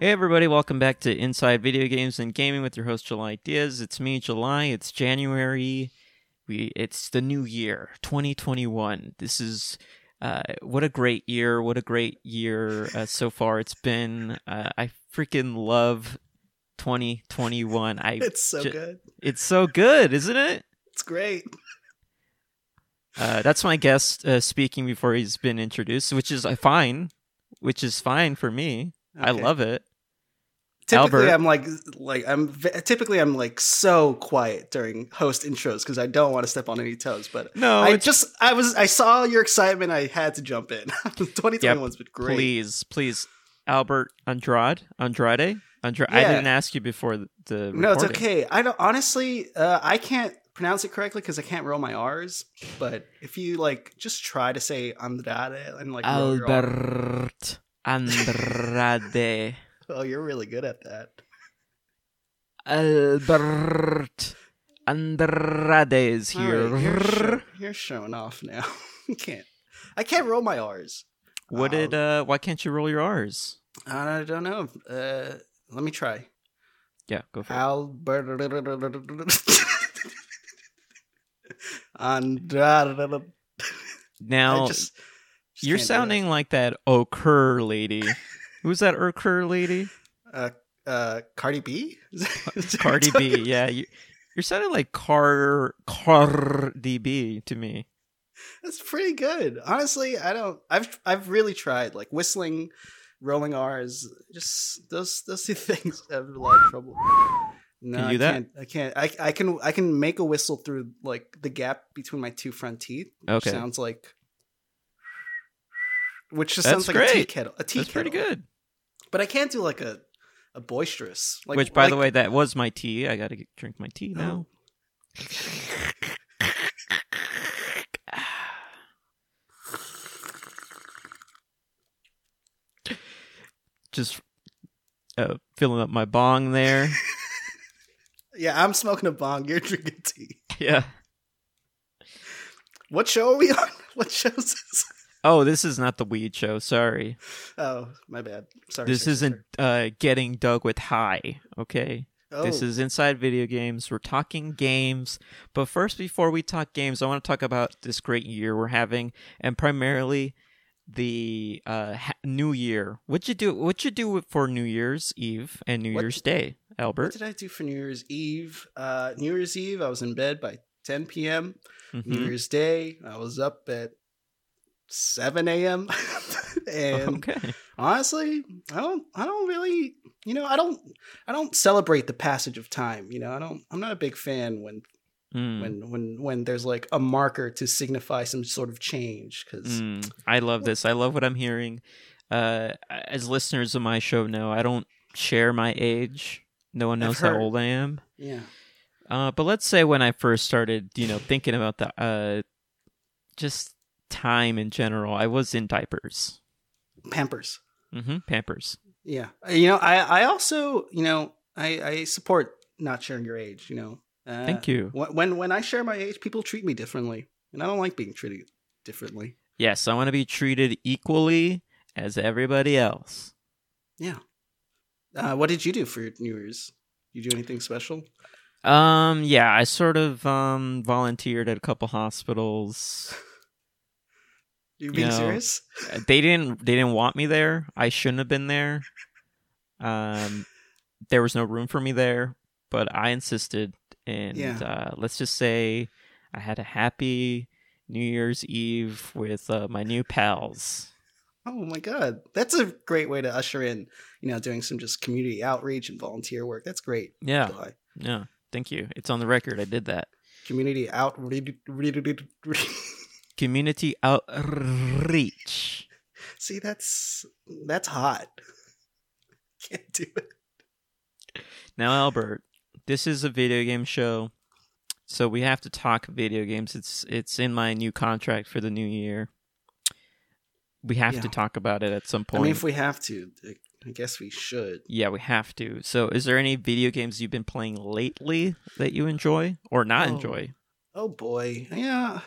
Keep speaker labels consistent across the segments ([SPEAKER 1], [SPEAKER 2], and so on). [SPEAKER 1] Hey everybody, welcome back to Inside Video Games and Gaming with your host July Diaz. It's me, July. It's January. We it's the new year, 2021. This is uh, what a great year! What a great year uh, so far it's been. Uh, I freaking love 2021. I
[SPEAKER 2] It's so
[SPEAKER 1] ju-
[SPEAKER 2] good.
[SPEAKER 1] it's so good, isn't it?
[SPEAKER 2] It's great.
[SPEAKER 1] Uh, that's my guest uh, speaking before he's been introduced, which is uh, fine, which is fine for me. I
[SPEAKER 2] Okay.
[SPEAKER 1] love it.
[SPEAKER 2] Typically,
[SPEAKER 1] Albert.
[SPEAKER 2] I'm like, like I'm v- typically I'm like so quiet during host intros because I don't want to step on any toes. But
[SPEAKER 1] No,
[SPEAKER 2] I
[SPEAKER 1] Oh, it's-
[SPEAKER 2] just I was I saw your excitement. I had to jump in. 2021's been great.
[SPEAKER 1] please, please, Albert Andrade, Andrade, Andrade. I
[SPEAKER 2] Yeah.
[SPEAKER 1] didn't ask you before the. the
[SPEAKER 2] No, it's
[SPEAKER 1] recording.
[SPEAKER 2] okay. I don't honestly. Uh, I can't pronounce it correctly because I can't roll my R's. But if you like, just try to say Andrade and like roll your R.
[SPEAKER 1] Albert Andrade.
[SPEAKER 2] Oh, you're really good at that.
[SPEAKER 1] Albert Andrade is
[SPEAKER 2] All
[SPEAKER 1] here.
[SPEAKER 2] right, you're, show- you're showing off now. you can't. I can't roll my R's. Um,
[SPEAKER 1] What did? Uh, why can't you roll your R's?
[SPEAKER 2] I don't know. Uh, let me try.
[SPEAKER 1] Yeah, go for it.
[SPEAKER 2] Albert Andrade.
[SPEAKER 1] Now
[SPEAKER 2] I just, just
[SPEAKER 1] you're
[SPEAKER 2] can't do it.
[SPEAKER 1] sounding like that O'Kerr lady. Who's that O'Kerr lady?
[SPEAKER 2] uh, uh, Cardi B. Is that- is that
[SPEAKER 1] Cardi
[SPEAKER 2] what I'm
[SPEAKER 1] B.
[SPEAKER 2] talking-
[SPEAKER 1] Yeah, you, you're sounding like Car Cardi B to me.
[SPEAKER 2] that's pretty good. Honestly, I don't. I've I've really tried like whistling, rolling R's. Just those those two things have a lot of trouble. No,
[SPEAKER 1] Can you
[SPEAKER 2] I
[SPEAKER 1] do that?
[SPEAKER 2] can't. I can't. I, I can I can make a whistle through like the gap between my two front teeth. which
[SPEAKER 1] Okay,
[SPEAKER 2] sounds like which just
[SPEAKER 1] That's
[SPEAKER 2] sounds like a tea
[SPEAKER 1] great.
[SPEAKER 2] kettle. A tea
[SPEAKER 1] that's
[SPEAKER 2] kettle.
[SPEAKER 1] pretty good.
[SPEAKER 2] But I can't do like a a boisterous. Like,
[SPEAKER 1] Which, by the
[SPEAKER 2] like-
[SPEAKER 1] way, that was my tea. I got to drink my tea now. Just uh, filling up my bong there.
[SPEAKER 2] yeah, I'm smoking a bong. You're drinking tea.
[SPEAKER 1] yeah.
[SPEAKER 2] What show are we on? What shows? Is
[SPEAKER 1] Oh, this is not the weed show. Sorry.
[SPEAKER 2] Oh, my bad. Sorry.
[SPEAKER 1] This
[SPEAKER 2] sorry,
[SPEAKER 1] isn't
[SPEAKER 2] sorry.
[SPEAKER 1] uh, getting dug with high. Okay.
[SPEAKER 2] Oh,
[SPEAKER 1] This is Inside Video Games. We're talking games. But first, before we talk games, I want to talk about this great year we're having and primarily the uh, ha- New Year. What'd you do? What'd you do for New Year's Eve and New
[SPEAKER 2] What-
[SPEAKER 1] Year's Day,
[SPEAKER 2] What
[SPEAKER 1] Albert?
[SPEAKER 2] did I do for New Year's Eve? Uh, New Year's Eve, I was in bed by 10 p.m. New
[SPEAKER 1] Mhm.
[SPEAKER 2] Year's Day, I was up at 7 a.m. and
[SPEAKER 1] Oh, Okay.
[SPEAKER 2] honestly i don't i don't really you know i don't i don't celebrate the passage of time you know i don't i'm not a big fan when
[SPEAKER 1] Mm,
[SPEAKER 2] when when when there's like a marker to signify some sort of change because
[SPEAKER 1] mm. I love this. I love what I'm hearing. Uh, as listeners of my show know, I don't share my age. No one
[SPEAKER 2] I've
[SPEAKER 1] knows how
[SPEAKER 2] heard.
[SPEAKER 1] old I am.
[SPEAKER 2] yeah
[SPEAKER 1] Uh, but let's say when I first started, you know, thinking about the uh, just time in general, I was in diapers,
[SPEAKER 2] pampers
[SPEAKER 1] hmm Pampers.
[SPEAKER 2] yeah you know i i also you know i i support not sharing your age you know uh,
[SPEAKER 1] Thank you.
[SPEAKER 2] when when- when i share my age people treat me differently and i don't like being treated differently
[SPEAKER 1] Yes, I want to be treated equally as everybody else.
[SPEAKER 2] yeah uh, what did you do for new year's you do anything special
[SPEAKER 1] Um, yeah, I sort of um volunteered at a couple hospitals.
[SPEAKER 2] you being
[SPEAKER 1] No.
[SPEAKER 2] serious
[SPEAKER 1] Uh, They didn't they didn't want me there. I shouldn't have been there. Um, there was no room for me there, but I insisted, and
[SPEAKER 2] Yeah.
[SPEAKER 1] uh, let's just say I had a happy New Year's Eve with uh, my new pals.
[SPEAKER 2] Oh my god, that's a great way to usher in, you know, doing some just community outreach and volunteer work. That's great.
[SPEAKER 1] Yeah,
[SPEAKER 2] July.
[SPEAKER 1] yeah. Thank you. It's on the record. I did that.
[SPEAKER 2] Community outreach.
[SPEAKER 1] Community outreach.
[SPEAKER 2] See, that's that's hot. Can't do it.
[SPEAKER 1] Now, Albert, this is a video game show, so we have to talk video games. It's it's in my new contract for the new year. We have
[SPEAKER 2] Yeah.
[SPEAKER 1] to talk about it at some point.
[SPEAKER 2] I mean, if we have to, I guess we should.
[SPEAKER 1] Yeah, we have to. So, is there any video games you've been playing lately that you enjoy or not
[SPEAKER 2] Oh.
[SPEAKER 1] enjoy?
[SPEAKER 2] Oh boy, yeah.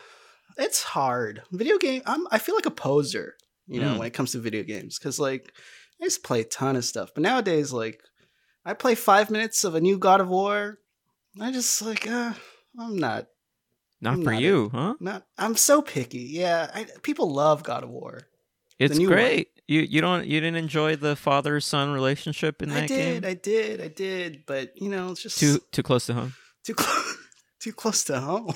[SPEAKER 2] it's hard. Video game. I'm, I feel like a poser, you know,
[SPEAKER 1] Mm.
[SPEAKER 2] when it comes to video games, because like I used to play a ton of stuff, but nowadays, like, I play five minutes of a new God of War. I just like, uh, I'm not,
[SPEAKER 1] Not
[SPEAKER 2] I'm
[SPEAKER 1] for
[SPEAKER 2] not
[SPEAKER 1] you, huh?
[SPEAKER 2] not. I'm so picky. Yeah, I, people love God of War.
[SPEAKER 1] It's
[SPEAKER 2] new one.
[SPEAKER 1] great. You you don't you didn't enjoy the father son relationship in that
[SPEAKER 2] I did,
[SPEAKER 1] game?
[SPEAKER 2] I did, I did, but you know, it's just
[SPEAKER 1] Too too close to home.
[SPEAKER 2] too close too close to home.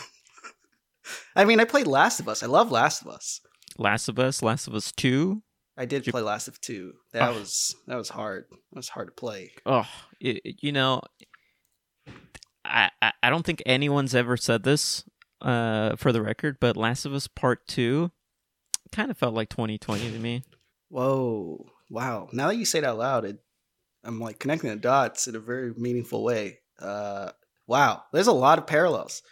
[SPEAKER 2] I mean, I played Last of Us. I love Last of Us.
[SPEAKER 1] Last of Us, Last of Us Two.
[SPEAKER 2] I did
[SPEAKER 1] You-
[SPEAKER 2] play Last of Two. That
[SPEAKER 1] Ah.
[SPEAKER 2] was that was hard. That was hard to play.
[SPEAKER 1] Oh, it, it- you know, I, I I don't think anyone's ever said this uh, for the record, but Last of Us Part Two kind of felt like 2020 to me.
[SPEAKER 2] Whoa! Wow! Now that you say it out loud, it, I'm like connecting the dots in a very meaningful way. Uh, wow! There's a lot of parallels.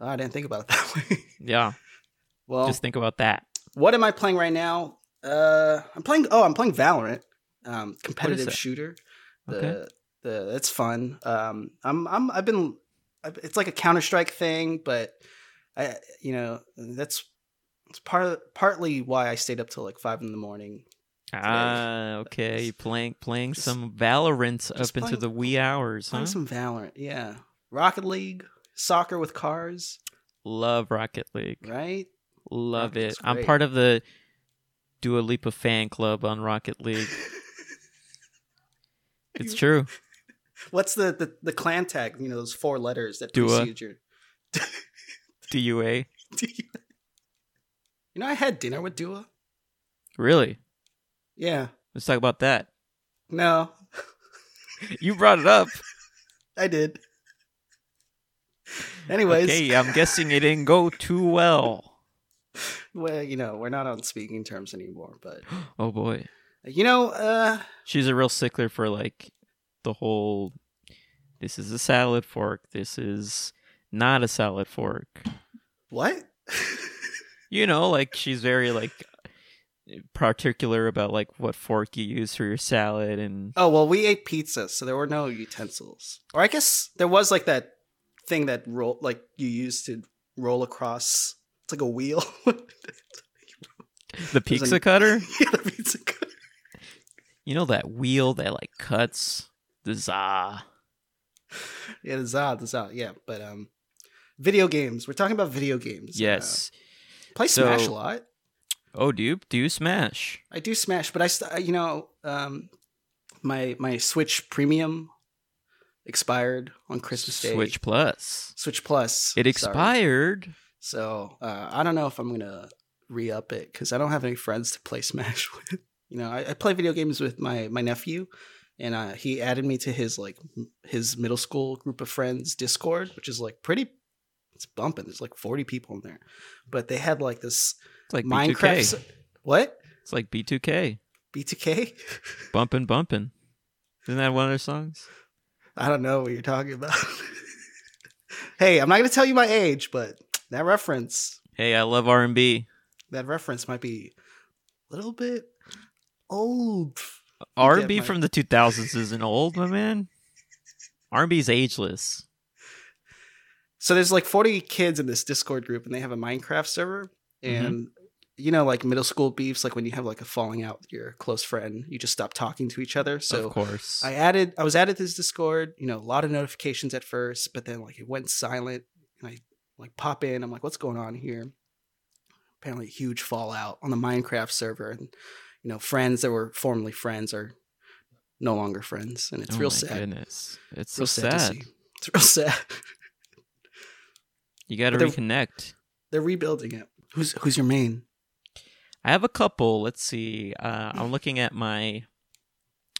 [SPEAKER 2] Oh, I didn't think about it that way.
[SPEAKER 1] Yeah,
[SPEAKER 2] well,
[SPEAKER 1] just think about that.
[SPEAKER 2] what am I playing right now? Uh, I'm playing. Oh, I'm playing Valorant, um, competitive
[SPEAKER 1] that?
[SPEAKER 2] shooter. The,
[SPEAKER 1] Okay.
[SPEAKER 2] the that's fun. Um, I'm I'm I've been. I've- It's like a Counter Strike thing, but I you know that's it's part partly why I stayed up till like five in the morning.
[SPEAKER 1] Ah, okay, you playing playing
[SPEAKER 2] Just-
[SPEAKER 1] some Valorant up
[SPEAKER 2] just
[SPEAKER 1] into
[SPEAKER 2] playing-
[SPEAKER 1] the wee hours, huh?
[SPEAKER 2] Playing some Valorant, yeah. Rocket League, soccer with cars,
[SPEAKER 1] Love Rocket League.
[SPEAKER 2] right?
[SPEAKER 1] Love
[SPEAKER 2] Rocket
[SPEAKER 1] it.
[SPEAKER 2] League's
[SPEAKER 1] I'm
[SPEAKER 2] great.
[SPEAKER 1] part of the Dua Lipa fan club on Rocket League. It's true.
[SPEAKER 2] What's the, the the clan tag? You know those four letters that
[SPEAKER 1] Dua.
[SPEAKER 2] precede your.
[SPEAKER 1] DUA.
[SPEAKER 2] you know, I had dinner with Dua.
[SPEAKER 1] Really?
[SPEAKER 2] Yeah.
[SPEAKER 1] Let's talk about that.
[SPEAKER 2] No,
[SPEAKER 1] You brought it up.
[SPEAKER 2] I did. Anyways,
[SPEAKER 1] Okay, I'm guessing it didn't go too well.
[SPEAKER 2] well, you know, we're not on speaking terms anymore, but
[SPEAKER 1] Oh boy.
[SPEAKER 2] you know, uh
[SPEAKER 1] She's a real stickler for like the whole this is a salad fork, this is not a salad fork.
[SPEAKER 2] what?
[SPEAKER 1] You know, like she's very like particular about like what fork you use for your salad and
[SPEAKER 2] oh, well, we ate pizza, so there were no utensils. Or I guess there was like that thing that roll like you used to roll across it's like a wheel.
[SPEAKER 1] the
[SPEAKER 2] There's
[SPEAKER 1] pizza
[SPEAKER 2] an-
[SPEAKER 1] cutter.
[SPEAKER 2] yeah, the pizza cutter.
[SPEAKER 1] You know that wheel that like cuts the za.
[SPEAKER 2] Yeah, the za, the za, yeah. But um video games. We're talking about video games. Uh,
[SPEAKER 1] Yes.
[SPEAKER 2] play
[SPEAKER 1] So-
[SPEAKER 2] Smash a lot.
[SPEAKER 1] Oh, do you, do you smash?
[SPEAKER 2] I do Smash, but I, st- I- you know, um, my my Switch Premium expired on Christmas Day.
[SPEAKER 1] Switch Plus.
[SPEAKER 2] Switch Plus.
[SPEAKER 1] It
[SPEAKER 2] sorry.
[SPEAKER 1] expired.
[SPEAKER 2] So uh, I don't know if I'm gonna re up it because I don't have any friends to play Smash with. You know, I, I play video games with my my nephew, and uh, he added me to his like m- his middle school group of friends Discord, which is like pretty. It's bumping. There's like 40 people in there, but they had like this
[SPEAKER 1] It's like B2K.
[SPEAKER 2] Minecraft. s- What?
[SPEAKER 1] It's like B2K.
[SPEAKER 2] B2K?
[SPEAKER 1] Bumpin' bumpin'. Isn't that one of their songs?
[SPEAKER 2] I don't know what you're talking about. hey, I'm not going to tell you my age, but that reference,
[SPEAKER 1] Hey, I love R&B.
[SPEAKER 2] that reference might be a little bit old.
[SPEAKER 1] R&B
[SPEAKER 2] my-
[SPEAKER 1] from the 2000s isn't old, my man. R&B's ageless.
[SPEAKER 2] So there's like 40 kids in this Discord group and they have a Minecraft server and you know like middle school beefs like when you have like a falling out with your close friend, you just stop talking to each other.
[SPEAKER 1] of
[SPEAKER 2] So
[SPEAKER 1] course.
[SPEAKER 2] I added I was added to this Discord, you know, a lot of notifications at first, but then like it went silent and I like pop in, I'm like, what's going on here? Apparently a huge fallout on the Minecraft server and you know, friends that were formerly friends are no longer friends and it's
[SPEAKER 1] Oh
[SPEAKER 2] real
[SPEAKER 1] my
[SPEAKER 2] sad.
[SPEAKER 1] goodness. It's
[SPEAKER 2] Real
[SPEAKER 1] so
[SPEAKER 2] sad, to
[SPEAKER 1] sad.
[SPEAKER 2] see. It's real sad.
[SPEAKER 1] You got to
[SPEAKER 2] But they're-
[SPEAKER 1] reconnect.
[SPEAKER 2] They're rebuilding it. Who's who's your main?
[SPEAKER 1] I have a couple. Let's see. Uh, I'm looking at my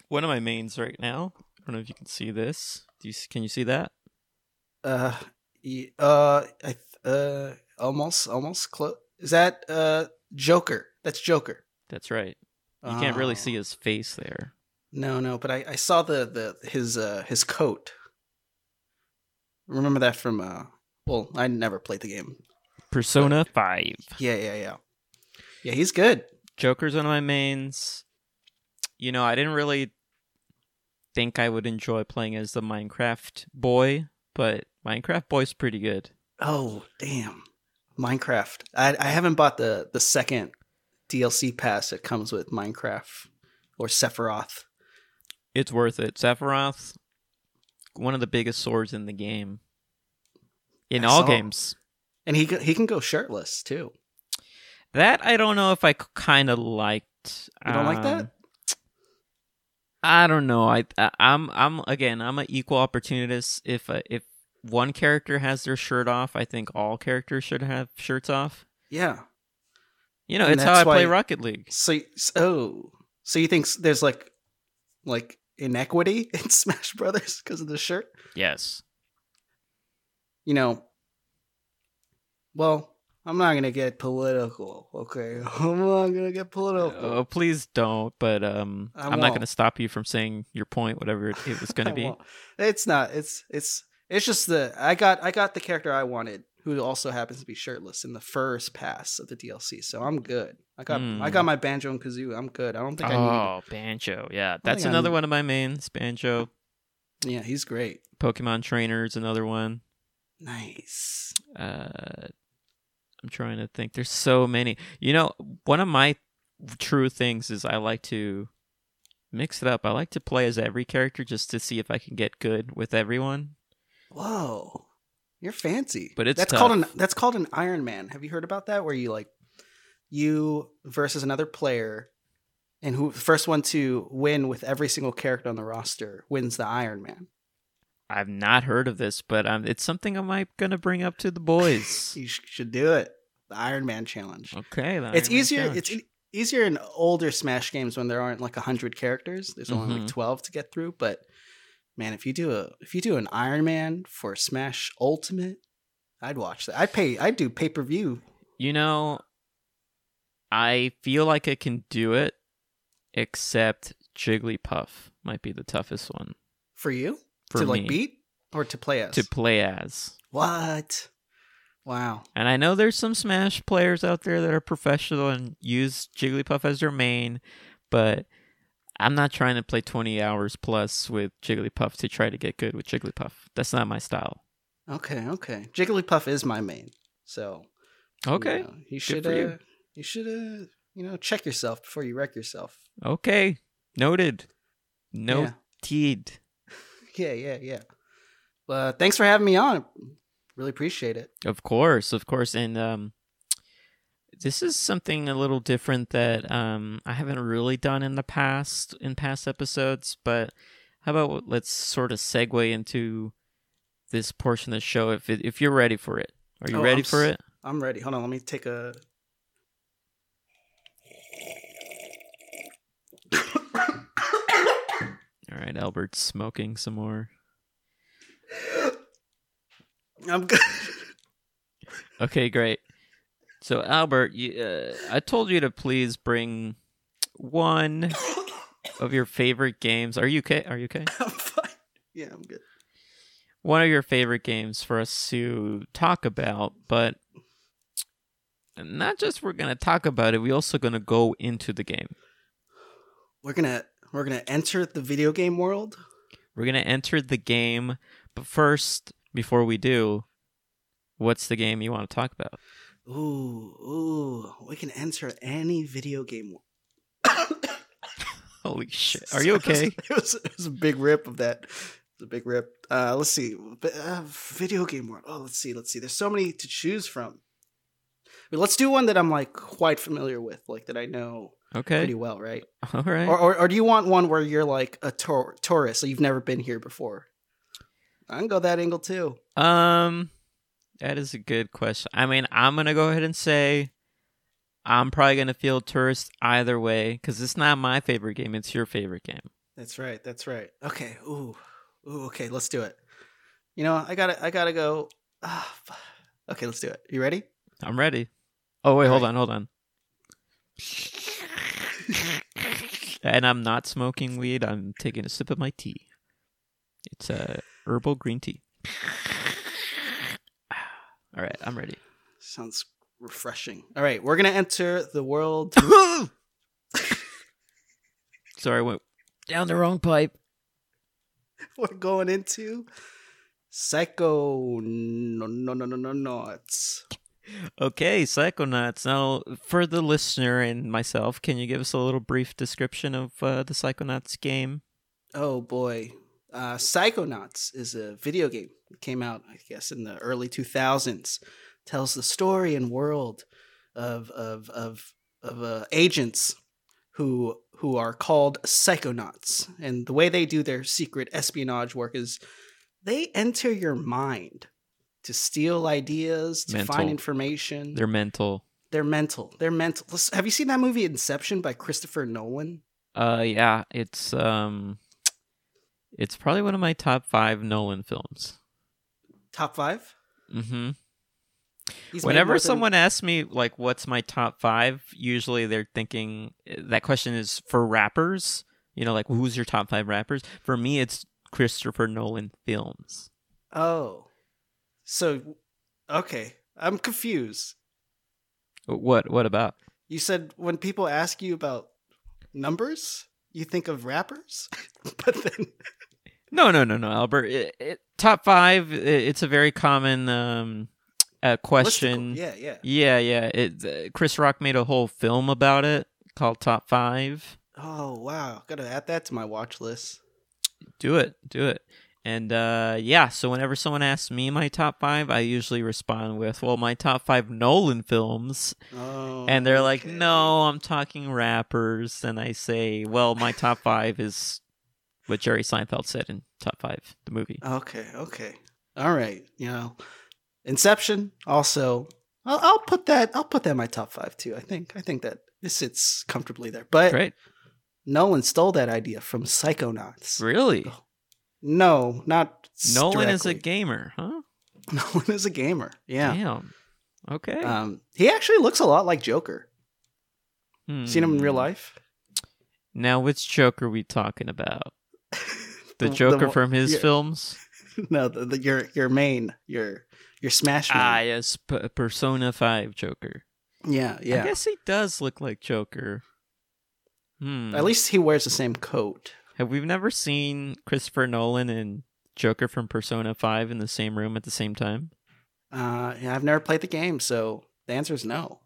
[SPEAKER 1] one of my mains right now. I don't know if you can see this. Do you s- can you see that?
[SPEAKER 2] Uh y- uh I th- uh almost almost close. Is that uh Joker? That's Joker.
[SPEAKER 1] That's right. You can't really
[SPEAKER 2] Oh.
[SPEAKER 1] see his face there.
[SPEAKER 2] No, no, but I, I saw the, the his uh his coat. Remember that from uh well, I never played the game.
[SPEAKER 1] Persona 5.
[SPEAKER 2] Yeah, yeah, yeah. Yeah, he's good.
[SPEAKER 1] Joker's one of my mains. You know, I didn't really think I would enjoy playing as the Minecraft boy, but Minecraft boy's pretty good.
[SPEAKER 2] Oh, damn. Minecraft. I, I haven't bought the the second DLC pass that comes with Minecraft or Sephiroth.
[SPEAKER 1] It's worth it. Sephiroth, one of the biggest swords in the game. In
[SPEAKER 2] I
[SPEAKER 1] all
[SPEAKER 2] saw.
[SPEAKER 1] games.
[SPEAKER 2] And he go- he can go shirtless too.
[SPEAKER 1] That I don't know if I kind of liked.
[SPEAKER 2] You don't like
[SPEAKER 1] Um,
[SPEAKER 2] that?
[SPEAKER 1] I don't know. I, I I'm I'm again I'm an equal opportunist. If uh, if one character has their shirt off, I think all characters should have shirts off.
[SPEAKER 2] Yeah.
[SPEAKER 1] You know,
[SPEAKER 2] And
[SPEAKER 1] it's how I
[SPEAKER 2] that's
[SPEAKER 1] play
[SPEAKER 2] why-
[SPEAKER 1] Rocket League.
[SPEAKER 2] So y- so oh, so you think s- there's like like inequity in Smash Brothers because of the shirt?
[SPEAKER 1] Yes.
[SPEAKER 2] You know. Well, I'm not gonna get political. Okay, I'm not gonna get political.
[SPEAKER 1] Oh, please don't. But um,
[SPEAKER 2] I
[SPEAKER 1] I'm not
[SPEAKER 2] won't.
[SPEAKER 1] going to stop you from saying your point, whatever it, it was going
[SPEAKER 2] I
[SPEAKER 1] to be.
[SPEAKER 2] won't. It's not. It's it's it's just the I got I got the character I wanted, who also happens to be shirtless in the first pass of the DLC. So I'm good. I got
[SPEAKER 1] Hmm.
[SPEAKER 2] I got my banjo and kazoo. I'm good. I don't think I
[SPEAKER 1] Oh, Banjo. Yeah, that's
[SPEAKER 2] think I
[SPEAKER 1] another
[SPEAKER 2] need-
[SPEAKER 1] one of my mains. Banjo,
[SPEAKER 2] need. Yeah, he's great.
[SPEAKER 1] Pokemon Trainers, another one.
[SPEAKER 2] Nice.
[SPEAKER 1] uh i'm trying to think there's so many you know one of my true things is i like to mix it up i like to play as every character just to see if i can get good with everyone
[SPEAKER 2] Whoa, you're fancy.
[SPEAKER 1] But it's
[SPEAKER 2] that's
[SPEAKER 1] tough.
[SPEAKER 2] called an that's called an Iron Man. Have you heard about that? Where you like you versus another player, and who the first one to win with every single character on the roster wins the Iron Man.
[SPEAKER 1] i've not heard of this but um, it's something i'm like, gonna bring up to the boys
[SPEAKER 2] You sh- should do it. The Iron Man challenge.
[SPEAKER 1] okay the
[SPEAKER 2] it's
[SPEAKER 1] Iron Man
[SPEAKER 2] easier. It's
[SPEAKER 1] challenge.
[SPEAKER 2] e- easier in older Smash games when there aren't like hundred characters. There's only
[SPEAKER 1] Mhm.
[SPEAKER 2] like twelve to get through. But man, if you do a if you do an Iron Man for Smash Ultimate, I'd watch that. I'd pay. I'd do pay per view.
[SPEAKER 1] you know i feel like i can do it except jigglypuff might be the toughest one
[SPEAKER 2] For you
[SPEAKER 1] for
[SPEAKER 2] to
[SPEAKER 1] me
[SPEAKER 2] like beat or to play as
[SPEAKER 1] to play as
[SPEAKER 2] what? Wow.
[SPEAKER 1] And I know there's some Smash players out there that are professional and use Jigglypuff as their main, but I'm not trying to play 20 hours plus with Jigglypuff to try to get good with Jigglypuff. That's not my style.
[SPEAKER 2] Okay. Okay. Jigglypuff is my main. So you
[SPEAKER 1] Okay.
[SPEAKER 2] know, you should.
[SPEAKER 1] for
[SPEAKER 2] uh,
[SPEAKER 1] you.
[SPEAKER 2] you. should. Uh, you know, check yourself before you wreck yourself.
[SPEAKER 1] Okay. Noted.
[SPEAKER 2] Yeah.
[SPEAKER 1] Noted.
[SPEAKER 2] Yeah, yeah, yeah. Well, thanks for having me on. Really appreciate it.
[SPEAKER 1] Of course, of course, and um, this is something a little different that um I haven't really done in the past in past episodes. But how about let's sort of segue into this portion of the show if it, if you're ready for it. Are you
[SPEAKER 2] Oh,
[SPEAKER 1] ready
[SPEAKER 2] I'm
[SPEAKER 1] for
[SPEAKER 2] s-
[SPEAKER 1] it?
[SPEAKER 2] I'm ready. Hold on, let me take a.
[SPEAKER 1] All right, Albert's smoking some more.
[SPEAKER 2] I'm good.
[SPEAKER 1] Okay, great. So Albert, you, uh, I told you to please bring one of your favorite games. Are you okay? Are you okay?
[SPEAKER 2] I'm fine. Yeah, I'm good.
[SPEAKER 1] one of your favorite games for us to talk about, but not just we're going to talk about it, we're also going to go into the game.
[SPEAKER 2] We're gonna we're gonna enter the video game world.
[SPEAKER 1] We're going to enter the game, but first, before we do, what's the game you want to talk about?
[SPEAKER 2] Ooh, ooh, we can enter any video game. world.
[SPEAKER 1] Holy shit. Are you okay?
[SPEAKER 2] It was, it was a big rip of that. It's a big rip. Uh, let's see. B- Uh, video game world. Oh, let's see. Let's see. There's so many to choose from. But let's do one that I'm like quite familiar with, like that I know pretty
[SPEAKER 1] Okay.
[SPEAKER 2] well, right?
[SPEAKER 1] All right.
[SPEAKER 2] Or, or or do you want one where you're like a tour- tourist, so you've never been here before? I can go that angle too.
[SPEAKER 1] Um that is a good question. I mean, I'm going to go ahead and say I'm probably going to feel tourist either way cuz it's not my favorite game, it's your favorite game.
[SPEAKER 2] That's right. That's right. Okay. Ooh. Ooh. Okay. Let's do it. You know, I gotta I gotta go. Ah, fu- okay. Let's do it. You ready?
[SPEAKER 1] I'm ready. Oh wait, hold
[SPEAKER 2] Alright.
[SPEAKER 1] on, hold on. and I'm not smoking weed. I'm taking a sip of my tea. It's a herbal green tea. All right, I'm ready.
[SPEAKER 2] Sounds refreshing. All right, we're gonna enter the world.
[SPEAKER 1] Sorry, I went down the wrong pipe.
[SPEAKER 2] we're going into psycho no no no no no no. It's
[SPEAKER 1] Okay, Psychonauts. Now, for the listener and myself, can you give us a little brief description of uh, the Psychonauts game?
[SPEAKER 2] Oh boy. Uh, Psychonauts is a video game. It came out, I guess, in the early 2000s. Tells the story and world of of of of uh, agents who who are called psychonauts, and the way they do their secret espionage work is they enter your mind to steal ideas, to find
[SPEAKER 1] Mental.
[SPEAKER 2] information.
[SPEAKER 1] They're mental.
[SPEAKER 2] They're mental. They're mental. Listen, Have you seen that movie Inception by Christopher Nolan?
[SPEAKER 1] Uh, yeah, it's um, it's probably one of my top five Nolan films.
[SPEAKER 2] Top five.
[SPEAKER 1] Mm-hmm.
[SPEAKER 2] He's made more
[SPEAKER 1] Whenever
[SPEAKER 2] than-
[SPEAKER 1] someone asks me like, "What's my top five? usually they're thinking eh, that question is for rappers. You know, like who's your top five rappers? For me, it's Christopher Nolan films.
[SPEAKER 2] oh, so okay, I'm confused.
[SPEAKER 1] What? What about?
[SPEAKER 2] You said when people ask you about numbers, you think of rappers, but then
[SPEAKER 1] No, no, no, no, Albert. It, it, top five. i it's a very common um, uh, question.
[SPEAKER 2] Listicle. Yeah, yeah.
[SPEAKER 1] yeah, yeah. It, uh, Chris Rock made a whole film about it called Top Five.
[SPEAKER 2] Oh wow, gotta add that to my watch list.
[SPEAKER 1] Do it, do it. And uh, yeah, so whenever someone asks me my top five, I usually respond with, "Well, my top five Nolan films,"
[SPEAKER 2] Oh,
[SPEAKER 1] and they're like,
[SPEAKER 2] okay.
[SPEAKER 1] "No, I'm talking rappers." And I say, "Well, my top five is what Jerry Seinfeld said in Top Five, the movie."
[SPEAKER 2] Okay, okay, all right. You know, Inception. Also, I'll, I'll put that. I'll put that in my top five too. I think. I think that this sits comfortably there. But
[SPEAKER 1] Great,
[SPEAKER 2] Nolan stole that idea from Psychonauts.
[SPEAKER 1] really?
[SPEAKER 2] No, not
[SPEAKER 1] Nolan is a
[SPEAKER 2] oh, directly.
[SPEAKER 1] gamer, huh?
[SPEAKER 2] Nolan is a gamer. Yeah.
[SPEAKER 1] Damn. Okay.
[SPEAKER 2] Um, he actually looks a lot like Joker.
[SPEAKER 1] Hmm.
[SPEAKER 2] Seen him in real life?
[SPEAKER 1] Now, which Joker we talking about?
[SPEAKER 2] The-
[SPEAKER 1] The
[SPEAKER 2] the
[SPEAKER 1] Joker
[SPEAKER 2] one-
[SPEAKER 1] from his
[SPEAKER 2] yeah.
[SPEAKER 1] films?
[SPEAKER 2] no, the, the, your your main, your your smash.
[SPEAKER 1] Ah,
[SPEAKER 2] Man.
[SPEAKER 1] yes, P- Persona Five Joker.
[SPEAKER 2] yeah, yeah.
[SPEAKER 1] I guess he does look like Joker. Hmm.
[SPEAKER 2] At least he wears the same coat.
[SPEAKER 1] have we never seen Christopher Nolan and Joker from Persona Five in the same room at the same time?
[SPEAKER 2] Uh, yeah, I've never played the game, so the answer is no.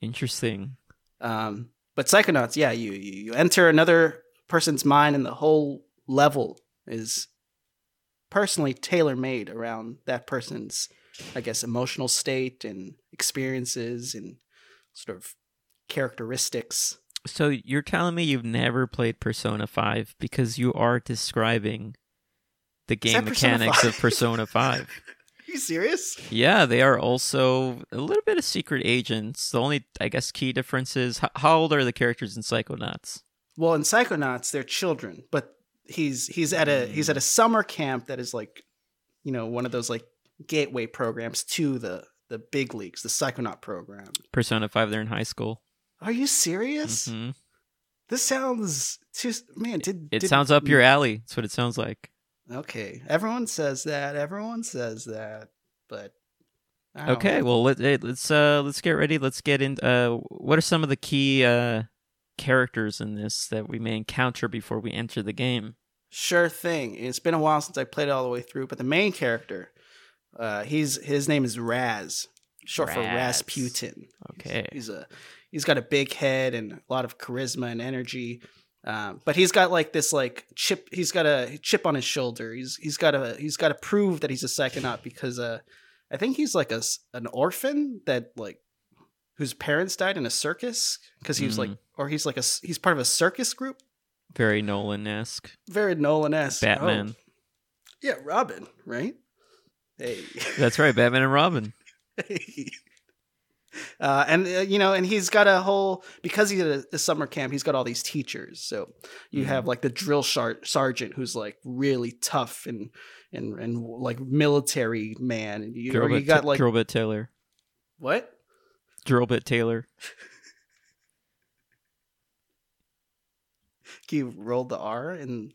[SPEAKER 1] Interesting.
[SPEAKER 2] Um, but Psychonauts, yeah, you, you you enter another person's mind, and the whole level is personally tailor made around that person's, I guess, emotional state and experiences and sort of characteristics.
[SPEAKER 1] So you're telling me you've never played Persona Five because you are describing the game
[SPEAKER 2] that Persona
[SPEAKER 1] mechanics of
[SPEAKER 2] 5?
[SPEAKER 1] Persona Five.
[SPEAKER 2] Are you serious?
[SPEAKER 1] Yeah, they are also a little bit of secret agents. The only, I guess, key difference is h- how old are the characters in Psychonauts?
[SPEAKER 2] Well, in Psychonauts, they're children, but he's he's at a he's at a summer camp that is like, you know, one of those like gateway programs to the the big leagues, the Psychonaut program.
[SPEAKER 1] Persona 5, they're in high school.
[SPEAKER 2] Are you serious?
[SPEAKER 1] Mhm.
[SPEAKER 2] This sounds too man. Did
[SPEAKER 1] It
[SPEAKER 2] did-
[SPEAKER 1] sounds up your alley. That's what it sounds like.
[SPEAKER 2] okay? Everyone says that. Everyone says that, but I don't
[SPEAKER 1] Okay,
[SPEAKER 2] know.
[SPEAKER 1] well let, eh, let's uh, let's get ready. Let's get in. Uh, what are some of the key uh, characters in this that we may encounter before we enter the game?
[SPEAKER 2] sure thing. It's been a while since I played it all the way through, but the main character, uh, he's his name is Raz, short for
[SPEAKER 1] Raz.
[SPEAKER 2] Rasputin.
[SPEAKER 1] Okay,
[SPEAKER 2] He's a he's got a big head and a lot of charisma and energy. Um, but he's got like this like chip. He's got a chip on his shoulder. He's he's got to he's got to prove that he's a psychonaut because uh, I think he's like a s- an orphan that like whose parents died in a circus because he was like
[SPEAKER 1] Mm.
[SPEAKER 2] or he's like a s- he's part of a circus group.
[SPEAKER 1] very Nolan esque.
[SPEAKER 2] Very Oh. Nolan esque.
[SPEAKER 1] Batman.
[SPEAKER 2] Yeah, Robin. Right. Hey.
[SPEAKER 1] That's right, Batman and Robin.
[SPEAKER 2] Uh, and uh, you know, and he's got a whole because he's at a, a summer camp. He's got all these teachers. So you
[SPEAKER 1] Mhm.
[SPEAKER 2] have like the drill shar- sergeant, who's like really tough and and and like military man. And you, or you
[SPEAKER 1] Drillbit,
[SPEAKER 2] got like
[SPEAKER 1] Drillbit Taylor.
[SPEAKER 2] what?
[SPEAKER 1] Drillbit Taylor.
[SPEAKER 2] You rolled the R and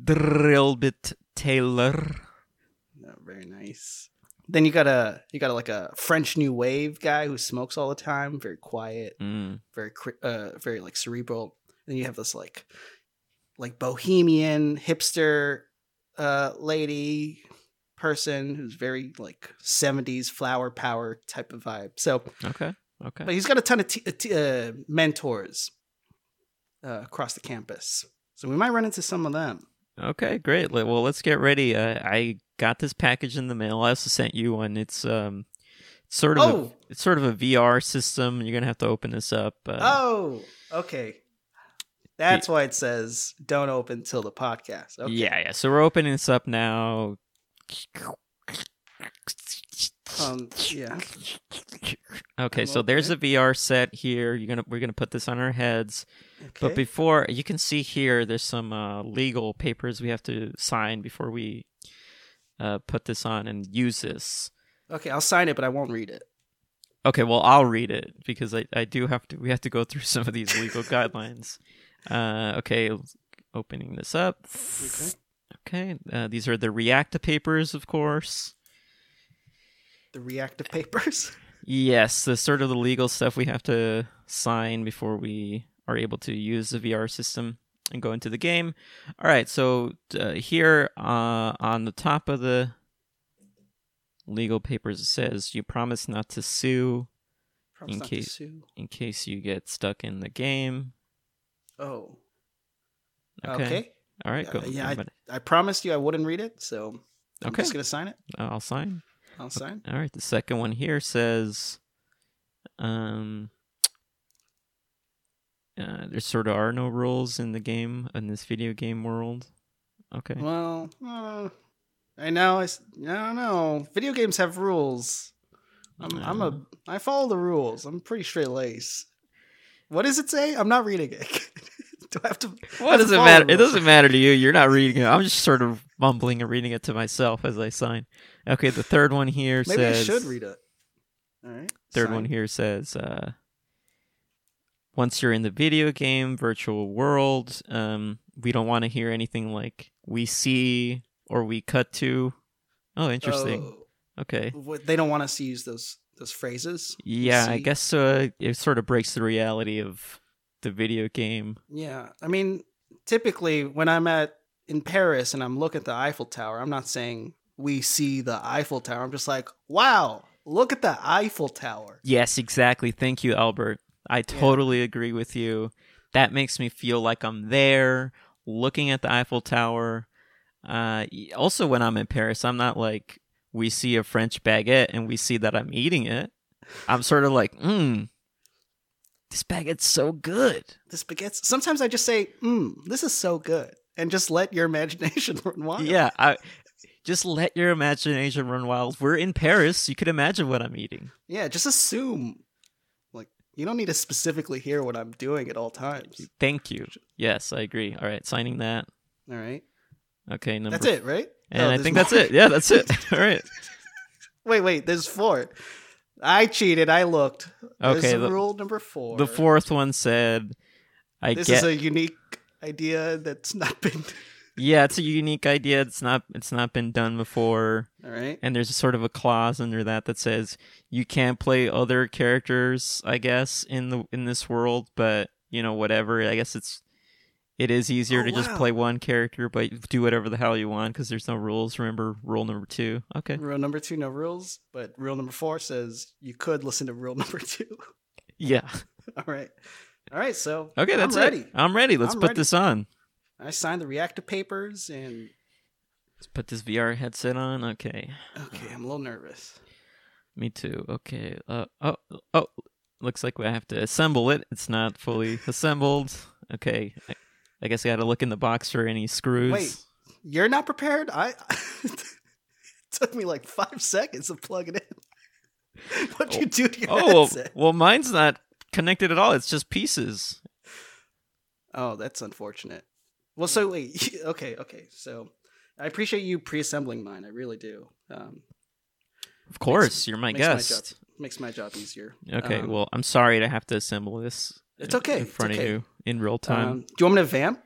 [SPEAKER 1] Drillbit Taylor.
[SPEAKER 2] no, oh, very nice. Then you got a you got like a French New Wave guy who smokes all the time, very quiet.
[SPEAKER 1] Mm.
[SPEAKER 2] very cri- uh very like cerebral and you have this like like bohemian hipster uh lady person who's very like 70s flower power type of vibe. So,
[SPEAKER 1] Okay. Okay.
[SPEAKER 2] but he's got a ton of t- uh, t- uh, mentors uh, across the campus. So we might run into some of them.
[SPEAKER 1] Okay, great. Le- Well, let's get ready. Uh, I got this package in the mail. I also sent you one. It's um, it's sort of
[SPEAKER 2] Oh.
[SPEAKER 1] a, it's sort of a VR system. You're gonna have to open this up. Uh,
[SPEAKER 2] oh, okay. That's why it says don't open till the podcast. Oh, Okay.
[SPEAKER 1] yeah, yeah. So we're opening this up now.
[SPEAKER 2] Um, yeah.
[SPEAKER 1] Okay,
[SPEAKER 2] I'm
[SPEAKER 1] so there's a VR set here. You're gonna we're gonna put this on our heads.
[SPEAKER 2] Okay.
[SPEAKER 1] But before you can see here, there's some uh, legal papers we have to sign before we uh, put this on and use this.
[SPEAKER 2] okay, I'll sign it, but I won't read it.
[SPEAKER 1] Okay, well, I'll read it because I, I do have to. We have to go through some of these legal guidelines. Uh, okay, opening this up.
[SPEAKER 2] Okay.
[SPEAKER 1] Okay, uh, these are the Reacta papers, of course.
[SPEAKER 2] The reactive papers.
[SPEAKER 1] Yes, the sort of the legal stuff we have to sign before we are able to use the VR system and go into the game. All right, so uh, here uh, on the top of the legal papers, it says you promise not to sue
[SPEAKER 2] Promise
[SPEAKER 1] In
[SPEAKER 2] not to
[SPEAKER 1] case-
[SPEAKER 2] sue.
[SPEAKER 1] in case you get stuck in the game.
[SPEAKER 2] Oh.
[SPEAKER 1] Okay.
[SPEAKER 2] Okay.
[SPEAKER 1] All right,
[SPEAKER 2] Yeah,
[SPEAKER 1] go.
[SPEAKER 2] Uh, yeah,
[SPEAKER 1] everybody.
[SPEAKER 2] I promised you I wouldn't read it, so I'm
[SPEAKER 1] Okay.
[SPEAKER 2] just gonna sign it.
[SPEAKER 1] I'll sign.
[SPEAKER 2] I'll sign.
[SPEAKER 1] All right, the second one here says, um, uh, there sort of are no rules in the game in this video game world. Okay.
[SPEAKER 2] Well, uh, I know. I, s- I don't know. Video games have rules. I'm, I'm
[SPEAKER 1] Uh,
[SPEAKER 2] a. I follow the rules. I'm pretty straight laced. What does it say? I'm not reading it. Do I have to?
[SPEAKER 1] What does it
[SPEAKER 2] follow
[SPEAKER 1] matter?
[SPEAKER 2] the
[SPEAKER 1] It
[SPEAKER 2] rules.
[SPEAKER 1] doesn't matter to you. You're not reading it. I'm just sort of mumbling and reading it to myself as I sign. Okay, the third one here
[SPEAKER 2] Maybe
[SPEAKER 1] says.
[SPEAKER 2] I should read it. All right.
[SPEAKER 1] Third
[SPEAKER 2] sign.
[SPEAKER 1] one here says, uh, once you're in the video game virtual world, um, we don't want to hear anything like we see or we cut to. Oh, interesting.
[SPEAKER 2] Oh,
[SPEAKER 1] Okay.
[SPEAKER 2] what- they don't want us to use those those phrases.
[SPEAKER 1] Yeah, I
[SPEAKER 2] see.
[SPEAKER 1] guess uh, it sort of breaks the reality of the video game.
[SPEAKER 2] Yeah, I mean, typically when I'm at in Paris and I'm looking at the Eiffel Tower, I'm not saying we see the Eiffel Tower. I'm just like, wow, look at the Eiffel Tower.
[SPEAKER 1] Yes, exactly. Thank you, Albert. I totally agree with you. That makes me feel like I'm there looking at the Eiffel Tower. Uh, y- also, when I'm in Paris, I'm not like, we see a French baguette and we see that I'm eating it. I'm sort of like, mmm, this baguette's so good.
[SPEAKER 2] This baguette. Sometimes I just say, mm, this is so good, and just let your imagination run wild.
[SPEAKER 1] Yeah, I, just let your imagination run wild. We're in Paris. You could imagine what I'm eating.
[SPEAKER 2] yeah. Just assume, like, you don't need to specifically hear what I'm doing at all times.
[SPEAKER 1] Thank you. Yes, I agree. All right, signing that.
[SPEAKER 2] All right,
[SPEAKER 1] Okay, number
[SPEAKER 2] that's it, right?
[SPEAKER 1] And
[SPEAKER 2] Oh,
[SPEAKER 1] I
[SPEAKER 2] there's
[SPEAKER 1] think that's
[SPEAKER 2] more.
[SPEAKER 1] it. Yeah, that's it. All right.
[SPEAKER 2] Wait, wait. There's four. I cheated. I looked.
[SPEAKER 1] Okay.
[SPEAKER 2] There's
[SPEAKER 1] The,
[SPEAKER 2] rule number four.
[SPEAKER 1] the fourth one said, "I
[SPEAKER 2] this
[SPEAKER 1] get."
[SPEAKER 2] is a unique idea that's not been
[SPEAKER 1] yeah, it's a unique idea. It's not. It's not been done before.
[SPEAKER 2] all right
[SPEAKER 1] And there's a sort of a clause under that that says you can't play other characters. I guess in the in this world, but you know whatever. I guess it's it is easier
[SPEAKER 2] Oh,
[SPEAKER 1] to just
[SPEAKER 2] wow.
[SPEAKER 1] play one character, but do whatever the hell you want because there's no rules. Remember rule number two. Okay.
[SPEAKER 2] rule number two no rules but rule number four says you could listen to rule number two
[SPEAKER 1] Yeah.
[SPEAKER 2] all right all right so
[SPEAKER 1] Okay. That's
[SPEAKER 2] I'm
[SPEAKER 1] it.
[SPEAKER 2] ready
[SPEAKER 1] I'm ready. Let's
[SPEAKER 2] I'm
[SPEAKER 1] put
[SPEAKER 2] ready.
[SPEAKER 1] this on.
[SPEAKER 2] i signed the reactor papers and
[SPEAKER 1] Let's put this VR headset on. Okay.
[SPEAKER 2] okay i'm a little nervous
[SPEAKER 1] Me too. Okay. Uh, oh, oh. Looks like we have to assemble it. It's not fully assembled. Okay. I, I guess I got to look in the box for any screws.
[SPEAKER 2] Wait. you're not prepared i it took me like five seconds to plug it in what'd you do to your
[SPEAKER 1] Oh, well,
[SPEAKER 2] headset
[SPEAKER 1] well, mine's not connected at all. It's just pieces.
[SPEAKER 2] oh that's unfortunate well so wait okay okay so i appreciate you pre-assembling mine i really do um
[SPEAKER 1] Of course, you're my
[SPEAKER 2] makes my
[SPEAKER 1] guest.
[SPEAKER 2] makes my job easier
[SPEAKER 1] okay.
[SPEAKER 2] Um,
[SPEAKER 1] well, I'm sorry to have to assemble this.
[SPEAKER 2] It's
[SPEAKER 1] in-
[SPEAKER 2] okay,
[SPEAKER 1] In
[SPEAKER 2] it's
[SPEAKER 1] front of
[SPEAKER 2] okay.
[SPEAKER 1] you in real time.
[SPEAKER 2] Um, do you want me to vamp?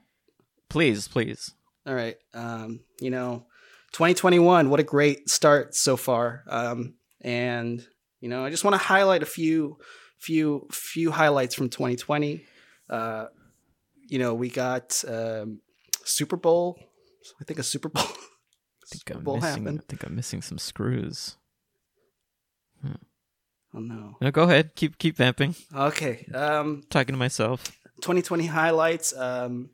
[SPEAKER 1] please, please.
[SPEAKER 2] All right. Um, you know, 2021, what a great start so far. Um, and you know, I just want to highlight a few, few, few highlights from 2020. Uh, you know, we got um, Super Bowl. I think a Super Bowl.
[SPEAKER 1] think I'm
[SPEAKER 2] will
[SPEAKER 1] missing,
[SPEAKER 2] happen.
[SPEAKER 1] I think I'm missing some screws.
[SPEAKER 2] Oh no.
[SPEAKER 1] No, go ahead. Keep keep vamping.
[SPEAKER 2] Okay. Um,
[SPEAKER 1] Talking to myself.
[SPEAKER 2] 2020 highlights. Um,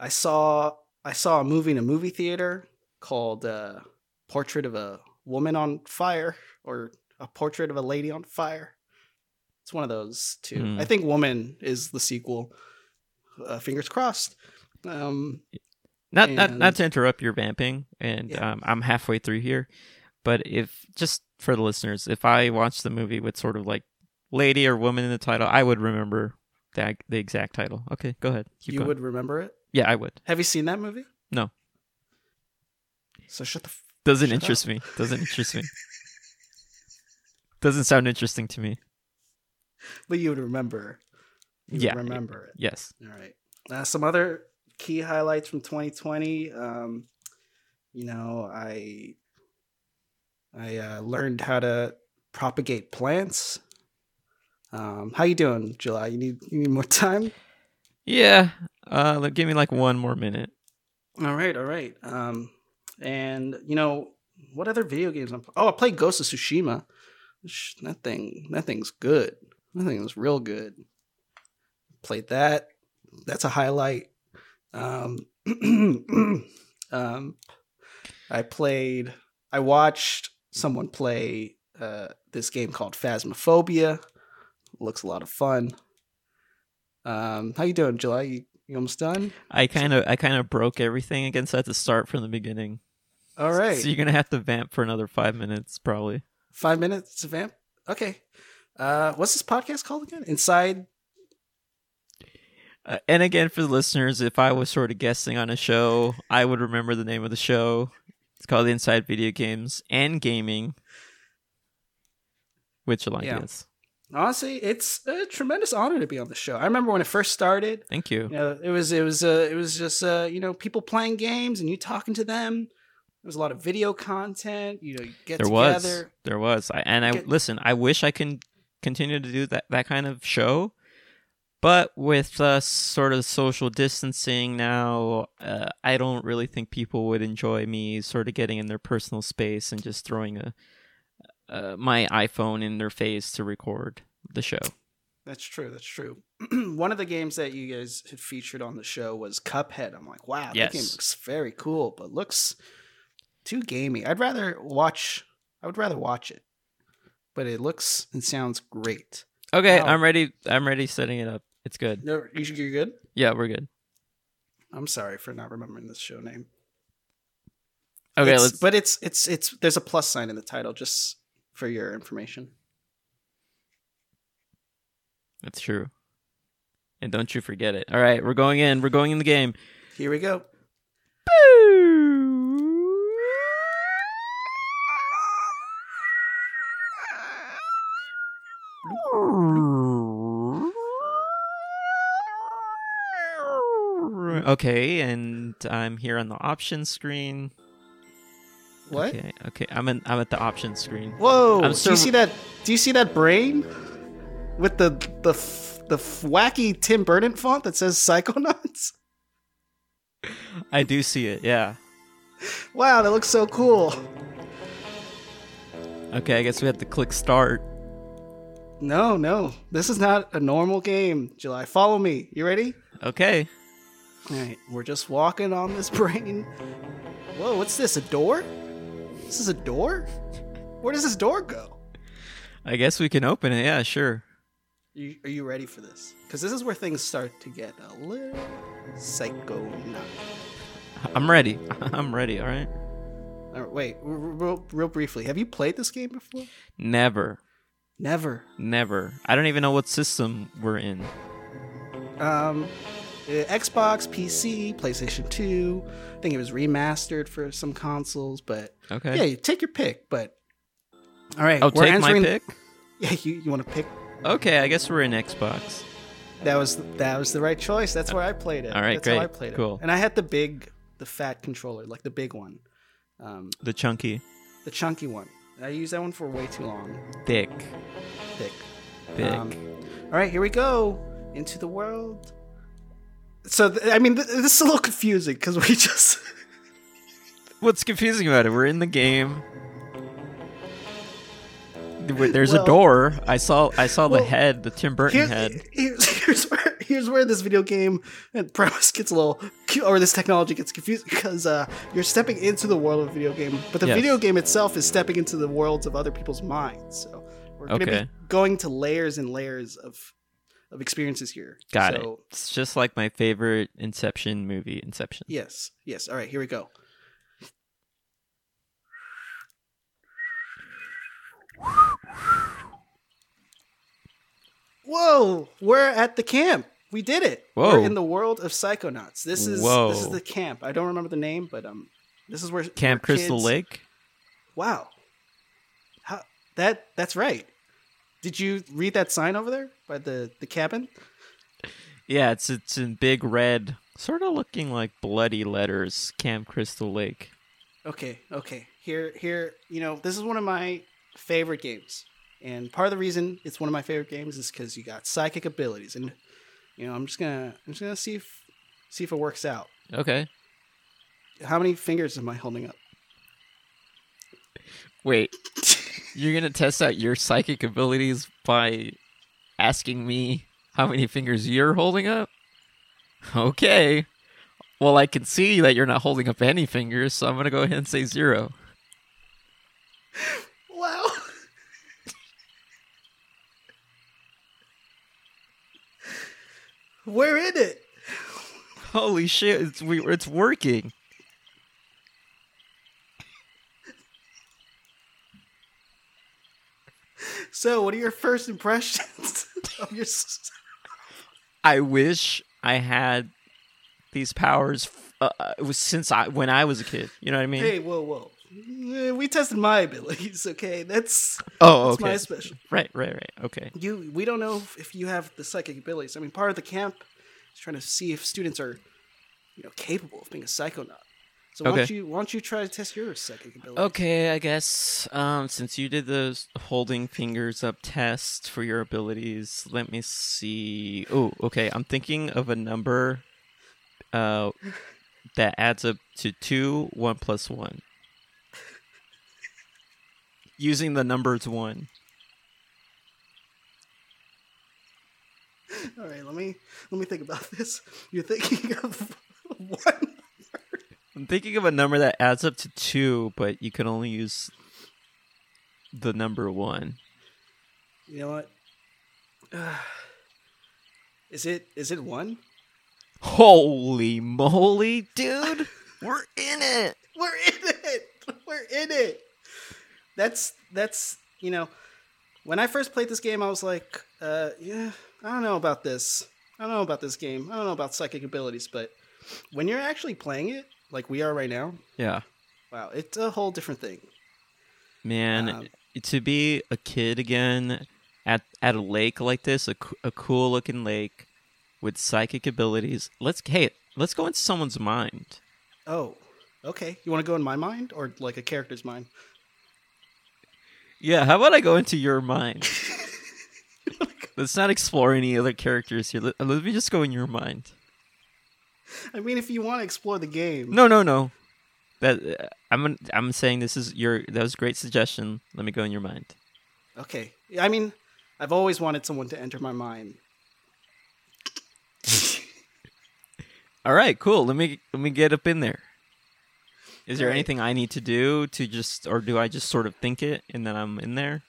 [SPEAKER 2] I saw I saw a movie in a movie theater called uh, "Portrait of a Woman on Fire" or "A Portrait of a Lady on Fire." It's one of those two.
[SPEAKER 1] Hmm.
[SPEAKER 2] I think "Woman" is the sequel. Uh, fingers crossed. Um,
[SPEAKER 1] Not not
[SPEAKER 2] And-
[SPEAKER 1] not to interrupt your vamping, and
[SPEAKER 2] Yeah.
[SPEAKER 1] um, I'm halfway through here. But if just for the listeners, if I watched the movie with sort of like lady or woman in the title, I would remember that the exact title. Okay, go ahead. Keep
[SPEAKER 2] you
[SPEAKER 1] going.
[SPEAKER 2] would remember it.
[SPEAKER 1] Yeah, I would.
[SPEAKER 2] Have you seen that movie?
[SPEAKER 1] No.
[SPEAKER 2] So shut the. F-
[SPEAKER 1] Doesn't
[SPEAKER 2] Shut
[SPEAKER 1] interest me. Doesn't interest me. Doesn't sound interesting to me.
[SPEAKER 2] but you would remember. You
[SPEAKER 1] Yeah.
[SPEAKER 2] Would remember it.
[SPEAKER 1] Yes.
[SPEAKER 2] All right. Uh, some other key highlights from 2020. Um, you know, I I uh, learned how to propagate plants. Um, how you doing, July? You need you need more time.
[SPEAKER 1] Yeah. Uh, like, give me like one more minute.
[SPEAKER 2] All right, all right. Um, and you know what other video games? I'm, oh, I played Ghost of Tsushima. Sh- That thing, that thing's good. That thing was real good. Played that. That's a highlight. Um, um, I played. I watched someone play uh, this game called Phasmophobia. Looks a lot of fun. Um, how you doing, July? You, you almost done?
[SPEAKER 1] I kind of I kind of broke everything against that to start from the beginning.
[SPEAKER 2] All right.
[SPEAKER 1] So you're gonna have to vamp for another five minutes, probably.
[SPEAKER 2] Five minutes to vamp. Okay. Uh, what's this podcast called again? Inside.
[SPEAKER 1] Uh, and again, for the listeners, if I was sort of guessing on a show, I would remember the name of the show. It's called Inside Video Games and Gaming. Which Alliance?
[SPEAKER 2] Yeah. Honestly, it's a tremendous honor to be on the show. I remember when it first started.
[SPEAKER 1] Thank you.
[SPEAKER 2] You know, it was it was uh, it was just uh, you know people playing games and you talking to them. There was a lot of video content. You know, you get
[SPEAKER 1] there was
[SPEAKER 2] together.
[SPEAKER 1] there was I, and i
[SPEAKER 2] Get-
[SPEAKER 1] listen i wish i can continue to do that, that kind of show but with uh, sort of social distancing now uh, i don't really think people would enjoy me sort of getting in their personal space and just throwing a uh, my iphone in their face to record the show
[SPEAKER 2] That's true. That's true. One of the games that you guys had featured on the show was Cuphead. I'm like, wow,
[SPEAKER 1] Yes.
[SPEAKER 2] that game looks very cool, but looks too gamey. I'd rather watch. I would rather watch it, but it looks and sounds great.
[SPEAKER 1] okay
[SPEAKER 2] Wow.
[SPEAKER 1] i'm ready i'm ready setting it up it's good
[SPEAKER 2] No, you should- You're good.
[SPEAKER 1] yeah we're good
[SPEAKER 2] I'm sorry for not remembering this show name.
[SPEAKER 1] okay
[SPEAKER 2] It's-
[SPEAKER 1] let's
[SPEAKER 2] But it's it's it's there's a plus sign in the title just for your information.
[SPEAKER 1] that's true and don't you forget it all right we're going in we're going in the game
[SPEAKER 2] Here we go.
[SPEAKER 1] Okay, and I'm here on the options screen.
[SPEAKER 2] What?
[SPEAKER 1] Okay, okay, I'm in, I'm at the options screen.
[SPEAKER 2] Whoa!
[SPEAKER 1] I'm
[SPEAKER 2] do you
[SPEAKER 1] so-
[SPEAKER 2] see that? Do you see that brain with the the f- the f- wacky Tim Burton font that says Psychonauts?
[SPEAKER 1] I do see it. Yeah.
[SPEAKER 2] Wow, that looks so cool.
[SPEAKER 1] Okay, I guess we have to click start.
[SPEAKER 2] No, no, this is not a normal game. July, follow me. You ready?
[SPEAKER 1] Okay.
[SPEAKER 2] All right, we're just walking on this brain. Whoa, what's this? A door? This is a door? Where does this door go?
[SPEAKER 1] I guess we can open it. Yeah, sure.
[SPEAKER 2] You, are you ready for this? Because this is where things start to get a little psycho.
[SPEAKER 1] I'm ready. I'm ready. All right.
[SPEAKER 2] All right, wait, r- r- real, real briefly, have you played this game before?
[SPEAKER 1] Never.
[SPEAKER 2] Never.
[SPEAKER 1] Never. I don't even know what system we're in.
[SPEAKER 2] Um, uh, Xbox, PC, PlayStation 2. I think it was remastered for some consoles, but
[SPEAKER 1] Okay.
[SPEAKER 2] yeah, you take your pick. But all right,
[SPEAKER 1] oh,
[SPEAKER 2] we're
[SPEAKER 1] take my
[SPEAKER 2] answering-
[SPEAKER 1] pick.
[SPEAKER 2] Yeah, you, you want to pick?
[SPEAKER 1] Okay, I guess we're in Xbox.
[SPEAKER 2] That was that was the right choice. That's where I played it.
[SPEAKER 1] All right,
[SPEAKER 2] That's how I
[SPEAKER 1] great,
[SPEAKER 2] played
[SPEAKER 1] cool.
[SPEAKER 2] it. And I had the big, the fat controller, like the big one, um,
[SPEAKER 1] The chunky,
[SPEAKER 2] the chunky one. I used that one for way too long.
[SPEAKER 1] thick,
[SPEAKER 2] Thick.
[SPEAKER 1] thick.
[SPEAKER 2] Um, all right, here we go into the world. So th- I mean, th- this is a little confusing because we just
[SPEAKER 1] what's confusing about it? We're in the game. There's
[SPEAKER 2] Well-
[SPEAKER 1] a door. I saw I saw
[SPEAKER 2] Well,
[SPEAKER 1] the head, the Tim Burton
[SPEAKER 2] Here-
[SPEAKER 1] head.
[SPEAKER 2] here's, here's where here's where this video game and premise gets a little or this technology gets confused because uh, you're stepping into the world of a video game, but the
[SPEAKER 1] Yes.
[SPEAKER 2] video game itself is stepping into the worlds of other people's minds. So we're going to
[SPEAKER 1] Okay.
[SPEAKER 2] be going to layers and layers of of experiences here.
[SPEAKER 1] Got
[SPEAKER 2] so,
[SPEAKER 1] it. It's just like my favorite Inception movie, Inception.
[SPEAKER 2] Yes. Yes. All right. Here we go. Whoa! We're at the camp. We did it.
[SPEAKER 1] Whoa.
[SPEAKER 2] We're in the world of psychonauts. This is this is
[SPEAKER 1] Whoa.
[SPEAKER 2] the camp. I don't remember the name, but um, this is where
[SPEAKER 1] Camp
[SPEAKER 2] where
[SPEAKER 1] Crystal
[SPEAKER 2] kids-
[SPEAKER 1] Lake.
[SPEAKER 2] Wow. How, that that's right. Did you read that sign over there by the the cabin?
[SPEAKER 1] Yeah, it's it's in big red, sort of looking like bloody letters. Camp Crystal Lake.
[SPEAKER 2] Okay, okay. Here, here. You know, this is one of my favorite games, and part of the reason it's one of my favorite games is because you got psychic abilities, and you know, I'm just gonna, I'm just gonna see if, see if it works out.
[SPEAKER 1] Okay.
[SPEAKER 2] How many fingers am I holding up?
[SPEAKER 1] Wait, you're gonna test out your psychic abilities by asking me how many fingers you're holding up? Okay. Well, I can see that you're not holding up any fingers, so I'm gonna go ahead and say zero.
[SPEAKER 2] Wow. We're in it.
[SPEAKER 1] Holy shit! It's we, it's working.
[SPEAKER 2] So, what are your first impressions of your? s-
[SPEAKER 1] I wish I had these powers. Uh, uh, it was since I when I was a kid. You know what I mean?
[SPEAKER 2] Hey, whoa, whoa. Eh, We tested my abilities. Okay, that's
[SPEAKER 1] oh,
[SPEAKER 2] that's
[SPEAKER 1] okay.
[SPEAKER 2] my special.
[SPEAKER 1] Right, right, right. Okay.
[SPEAKER 2] you we don't know if- if you have the psychic abilities. I mean, part of the camp is trying to see if students are, you know, capable of being a psychonaut. So why don't
[SPEAKER 1] Okay. Oh.
[SPEAKER 2] you why don't you try to test your psychic ability?
[SPEAKER 1] Okay, I guess um, since you did the s- holding fingers up test for your abilities, let me see. Oh, okay. I'm thinking of a number uh, that adds up to two, one plus one. Using the numbers one.
[SPEAKER 2] All right, let me let me think about this. You're thinking of one.
[SPEAKER 1] I'm thinking of a number that adds up to two, but you can only use the number one.
[SPEAKER 2] You know what? Uh, is it is it one?
[SPEAKER 1] Holy moly, dude! We're in it!
[SPEAKER 2] We're in it. We're in it. That's that's you know, when I first played this game, I was like, uh, yeah, I don't know about this. I don't know about this game. I don't know about psychic abilities, but when you're actually playing it, like we are right now,
[SPEAKER 1] Yeah.
[SPEAKER 2] wow, it's a whole different thing.
[SPEAKER 1] Man,
[SPEAKER 2] Um,
[SPEAKER 1] to be a kid again at at a lake like this, a, co- a cool looking lake with psychic abilities. Let's hey, let's go into someone's mind.
[SPEAKER 2] Oh, okay. You want to go in my mind or like a character's mind?
[SPEAKER 1] Yeah, how about I go into your mind? let's not explore any other characters here. Let, let me just go in your mind.
[SPEAKER 2] I mean, if you want to explore the game,
[SPEAKER 1] No, no, no. That uh, I'm I'm saying this is your that was a great suggestion. Let me go in your mind.
[SPEAKER 2] Okay. I mean, I've always wanted someone to enter my mind.
[SPEAKER 1] All right, cool. Let me let me get up in there. Is there
[SPEAKER 2] All right.
[SPEAKER 1] anything I need to do to just, or do I just sort of think it and then I'm in there?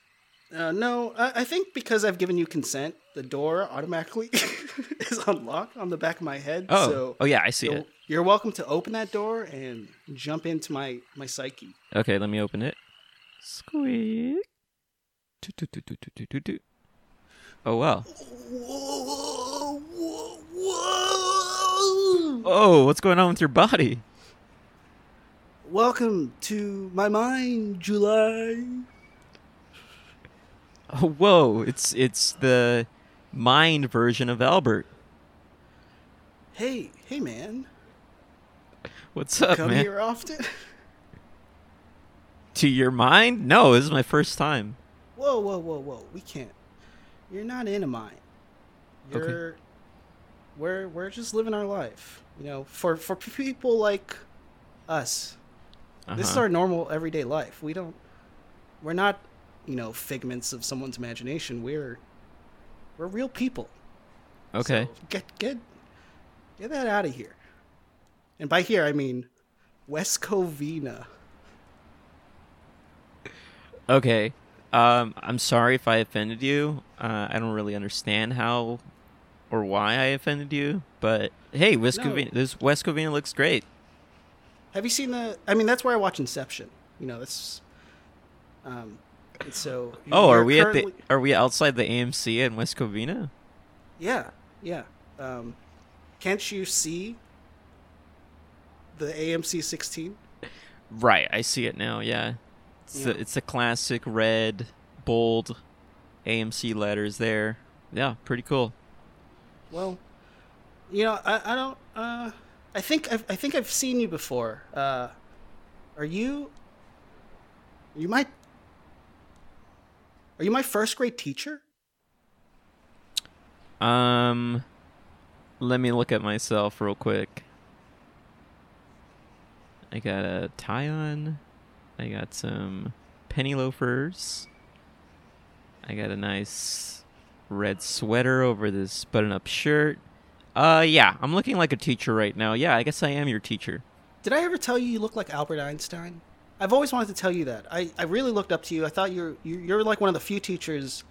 [SPEAKER 2] Uh, no, I, I think because I've given you consent, the door automatically is unlocked on the back of my head.
[SPEAKER 1] Oh,
[SPEAKER 2] so
[SPEAKER 1] oh yeah, I see
[SPEAKER 2] you're,
[SPEAKER 1] it.
[SPEAKER 2] you're welcome to open that door and jump into my my psyche.
[SPEAKER 1] Okay, let me open it. Squeak. Toot, toot, toot, toot, toot, toot, toot, toot. Oh wow.
[SPEAKER 2] Whoa, whoa, whoa.
[SPEAKER 1] Oh, what's going on with your body?
[SPEAKER 2] Welcome to my mind, July.
[SPEAKER 1] Oh, whoa, it's it's the mind version of Albert.
[SPEAKER 2] Hey, hey, man,
[SPEAKER 1] What's up,
[SPEAKER 2] come
[SPEAKER 1] man?
[SPEAKER 2] here often.
[SPEAKER 1] To your mind? No, this is my first time.
[SPEAKER 2] Whoa, whoa, whoa, whoa. We can't. You're not in a mine.
[SPEAKER 1] Okay.
[SPEAKER 2] You're. We're we're just living our life. You know, for for people like us, This is
[SPEAKER 1] Uh-huh.
[SPEAKER 2] our normal everyday life. We don't we're not, you know, figments of someone's imagination. We're we're real people.
[SPEAKER 1] okay.
[SPEAKER 2] So get get get that out of here. And by here I mean West Covina.
[SPEAKER 1] Okay. Um, I'm sorry if I offended you. Uh, I don't really understand how or why I offended you, but hey, West
[SPEAKER 2] No.
[SPEAKER 1] Covina, this West Covina looks great.
[SPEAKER 2] Have you seen the I mean that's where I watch Inception. You know, that's um it's so
[SPEAKER 1] Oh,
[SPEAKER 2] you're
[SPEAKER 1] are we at
[SPEAKER 2] currently-
[SPEAKER 1] the are we outside the AMC in West Covina?
[SPEAKER 2] Yeah, yeah. Um, can't you see the AMC 16?
[SPEAKER 1] Right, I see it now. Yeah, it's
[SPEAKER 2] Yeah.
[SPEAKER 1] The, it's the classic red bold AMC letters there. Yeah, pretty cool.
[SPEAKER 2] Well, you know, I, I don't. Uh, I think I've, I think I've seen you before. Uh, are you? You might. Are you my first grade teacher?
[SPEAKER 1] Um, let me look at myself real quick. I got a tie on. I got some penny loafers. I got a nice red sweater over this button-up shirt. Uh, yeah, I'm looking like a teacher right now. Yeah, I guess I am your teacher.
[SPEAKER 2] Did I ever tell you you look like Albert Einstein? I've always wanted to tell you that. I, I really looked up to you. I thought you're you, you're like one of the few teachers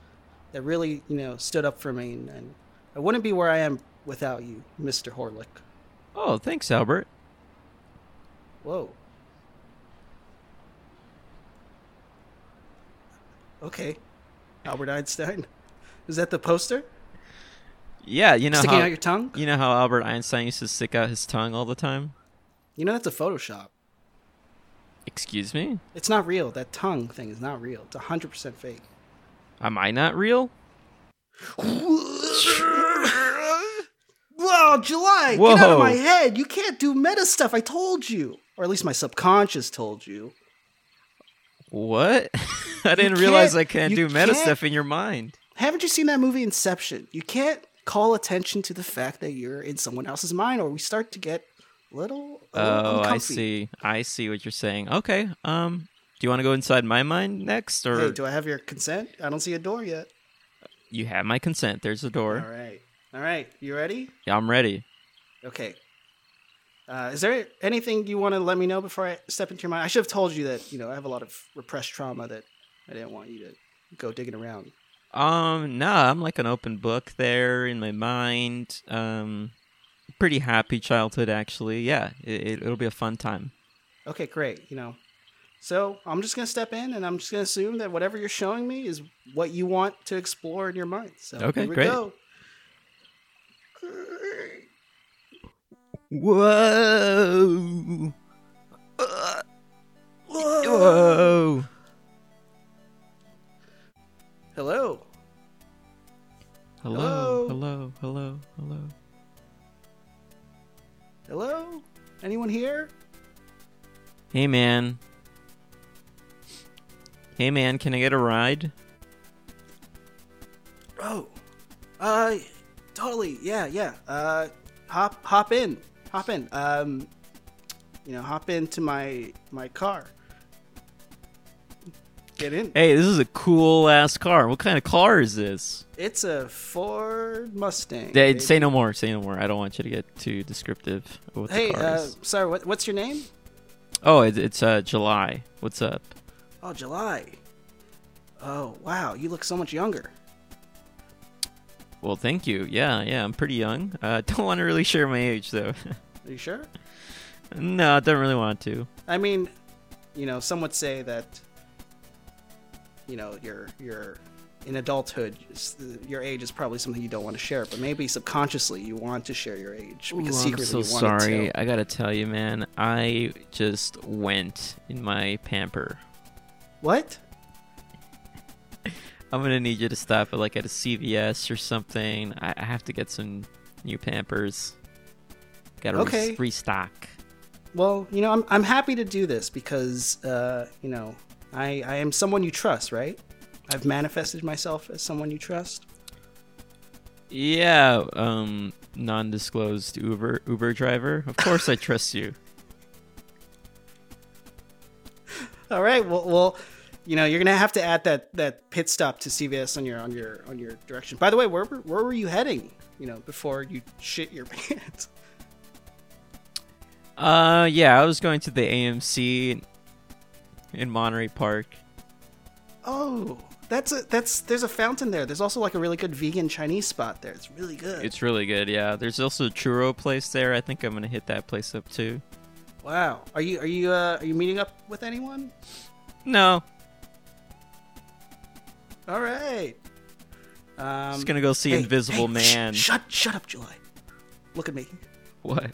[SPEAKER 2] that really you know stood up for me, and, and I wouldn't be where I am without you, Mister Horlick.
[SPEAKER 1] Oh, thanks, Albert.
[SPEAKER 2] Whoa. Okay, Albert Einstein. Is that the poster
[SPEAKER 1] Yeah, you know
[SPEAKER 2] sticking
[SPEAKER 1] how
[SPEAKER 2] out your tongue?
[SPEAKER 1] you know how Albert Einstein used to stick out his tongue all the time.
[SPEAKER 2] You know that's a Photoshop.
[SPEAKER 1] Excuse me,
[SPEAKER 2] It's not real. That tongue thing is not real. It's hundred percent fake.
[SPEAKER 1] am I not real?
[SPEAKER 2] Whoa, July! Get out
[SPEAKER 1] Whoa.
[SPEAKER 2] of my head! You can't do meta stuff. I told you, or at least my subconscious told you.
[SPEAKER 1] What? I didn't
[SPEAKER 2] can't-
[SPEAKER 1] realize I can't
[SPEAKER 2] you
[SPEAKER 1] do meta
[SPEAKER 2] can't-
[SPEAKER 1] stuff in your mind.
[SPEAKER 2] Haven't you seen that movie Inception? You can't call attention to the fact that you're in someone else's mind, or we start to get a little. A little
[SPEAKER 1] Oh, I
[SPEAKER 2] uncomfy.
[SPEAKER 1] see. I see what you're saying. Okay. Um, do you want to go inside my mind next, or
[SPEAKER 2] Hey, do I have your consent? I don't see a door yet.
[SPEAKER 1] you have my consent? There's a door.
[SPEAKER 2] All right, all right. You ready?
[SPEAKER 1] Yeah, I'm ready.
[SPEAKER 2] Okay. Uh, is there anything you want to let me know before I step into your mind? I should have told you that you know I have a lot of repressed trauma that I didn't want you to go digging around.
[SPEAKER 1] Um, nah, I'm like an open book there in my mind. Um, pretty happy childhood actually. Yeah, it, it, it'll be a fun time.
[SPEAKER 2] Okay, great. You know, so I'm just gonna step in, and I'm just gonna assume that whatever you're showing me is what you want to explore in your mind. So
[SPEAKER 1] Okay,
[SPEAKER 2] here we
[SPEAKER 1] great.
[SPEAKER 2] go.
[SPEAKER 1] Whoa! Whoa!
[SPEAKER 2] Hello.
[SPEAKER 1] Hello,
[SPEAKER 2] Hello?
[SPEAKER 1] hello, hello, hello.
[SPEAKER 2] Hello. Anyone here?
[SPEAKER 1] Hey man. Hey man, can I get a ride?
[SPEAKER 2] Oh, uh, totally. Yeah, yeah. Uh, hop, hop in, hop in. Um, you know, hop into my my car. Get in.
[SPEAKER 1] Hey, this is a cool ass car. What kind of car is this?
[SPEAKER 2] It's a Ford Mustang.
[SPEAKER 1] Hey,
[SPEAKER 2] baby.
[SPEAKER 1] say no more, say no more. I don't want you to get too descriptive of what
[SPEAKER 2] Hey,
[SPEAKER 1] the car
[SPEAKER 2] uh,
[SPEAKER 1] is.
[SPEAKER 2] sorry. What, what's your name?
[SPEAKER 1] Oh, it, it's uh, July. What's up?
[SPEAKER 2] Oh, July. Oh, wow. You look so much younger.
[SPEAKER 1] Well, thank you. Yeah, yeah, I'm pretty young. Uh, don't want to really share my age though.
[SPEAKER 2] Are you sure?
[SPEAKER 1] no, I don't really want to.
[SPEAKER 2] I mean, you know, some would say that, you know, your your in adulthood, s- your age is probably something you don't want to share, but maybe subconsciously you want to share your age because
[SPEAKER 1] Ooh,
[SPEAKER 2] secretly
[SPEAKER 1] I'm so
[SPEAKER 2] you want
[SPEAKER 1] sorry.
[SPEAKER 2] to.
[SPEAKER 1] I gotta tell you, man. I just went in my pamper.
[SPEAKER 2] What?
[SPEAKER 1] I'm gonna need you to stop at like at a CVS or something. I, I have to get some new Pampers. Gotta res-
[SPEAKER 2] Okay.
[SPEAKER 1] restock.
[SPEAKER 2] Well, you know, I'm I'm happy to do this because uh, you know, I I am someone you trust, right? I've manifested myself as someone you trust.
[SPEAKER 1] Yeah, um, non-disclosed Uber Uber driver. Of course, I trust you.
[SPEAKER 2] All right. Well, well, you know, you're gonna have to add that that pit stop to CVS on your on your on your direction. By the way, where were- where were you heading? You know, before you shit your pants.
[SPEAKER 1] Uh, yeah, I was going to the AMC in Monterey Park.
[SPEAKER 2] Oh, that's a that's there's a fountain there. There's also like a really good vegan Chinese spot there. It's really good.
[SPEAKER 1] It's really good. Yeah, there's also a churro place there. I think I'm gonna hit that place up too.
[SPEAKER 2] wow. Are you are you uh, are you meeting up with anyone? Um,
[SPEAKER 1] No,
[SPEAKER 2] All right. Um,
[SPEAKER 1] I'm just gonna go see
[SPEAKER 2] hey,
[SPEAKER 1] Invisible
[SPEAKER 2] hey, shh,
[SPEAKER 1] Man.
[SPEAKER 2] shut shut up, July. Look at me.
[SPEAKER 1] what?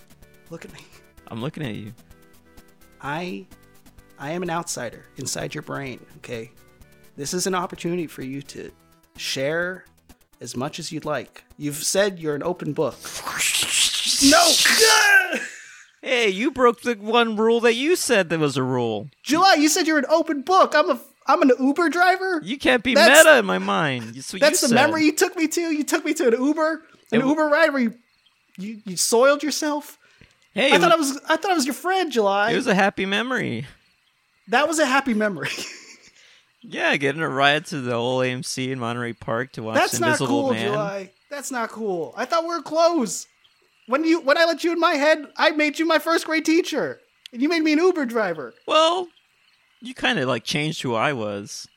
[SPEAKER 2] Look at me.
[SPEAKER 1] I'm looking at you.
[SPEAKER 2] I I am an outsider inside your brain, okay? This is an opportunity for you to share as much as you'd like. You've said you're an open book. No!
[SPEAKER 1] Hey, you broke the one rule that you said that was a rule.
[SPEAKER 2] July, you said you're an open book. I'm a I'm an Uber driver.
[SPEAKER 1] You can't be
[SPEAKER 2] That's-
[SPEAKER 1] meta in my mind. That's, what
[SPEAKER 2] That's
[SPEAKER 1] you
[SPEAKER 2] the
[SPEAKER 1] said.
[SPEAKER 2] memory you took me to. You took me to an Uber, an
[SPEAKER 1] It-
[SPEAKER 2] Uber ride where you, you you soiled yourself.
[SPEAKER 1] Hey,
[SPEAKER 2] I thought
[SPEAKER 1] it,
[SPEAKER 2] I was I thought I was your friend, July.
[SPEAKER 1] it was a happy memory.
[SPEAKER 2] that was a happy memory.
[SPEAKER 1] Yeah, getting a ride to the old AMC in Monterey Park to watch
[SPEAKER 2] That's not
[SPEAKER 1] Invisible
[SPEAKER 2] cool,
[SPEAKER 1] Man.
[SPEAKER 2] July. That's not cool. I thought we were close. When you when I let you in my head, I made you my first grade teacher. And you made me an Uber driver.
[SPEAKER 1] Well, you kind of like changed who I was.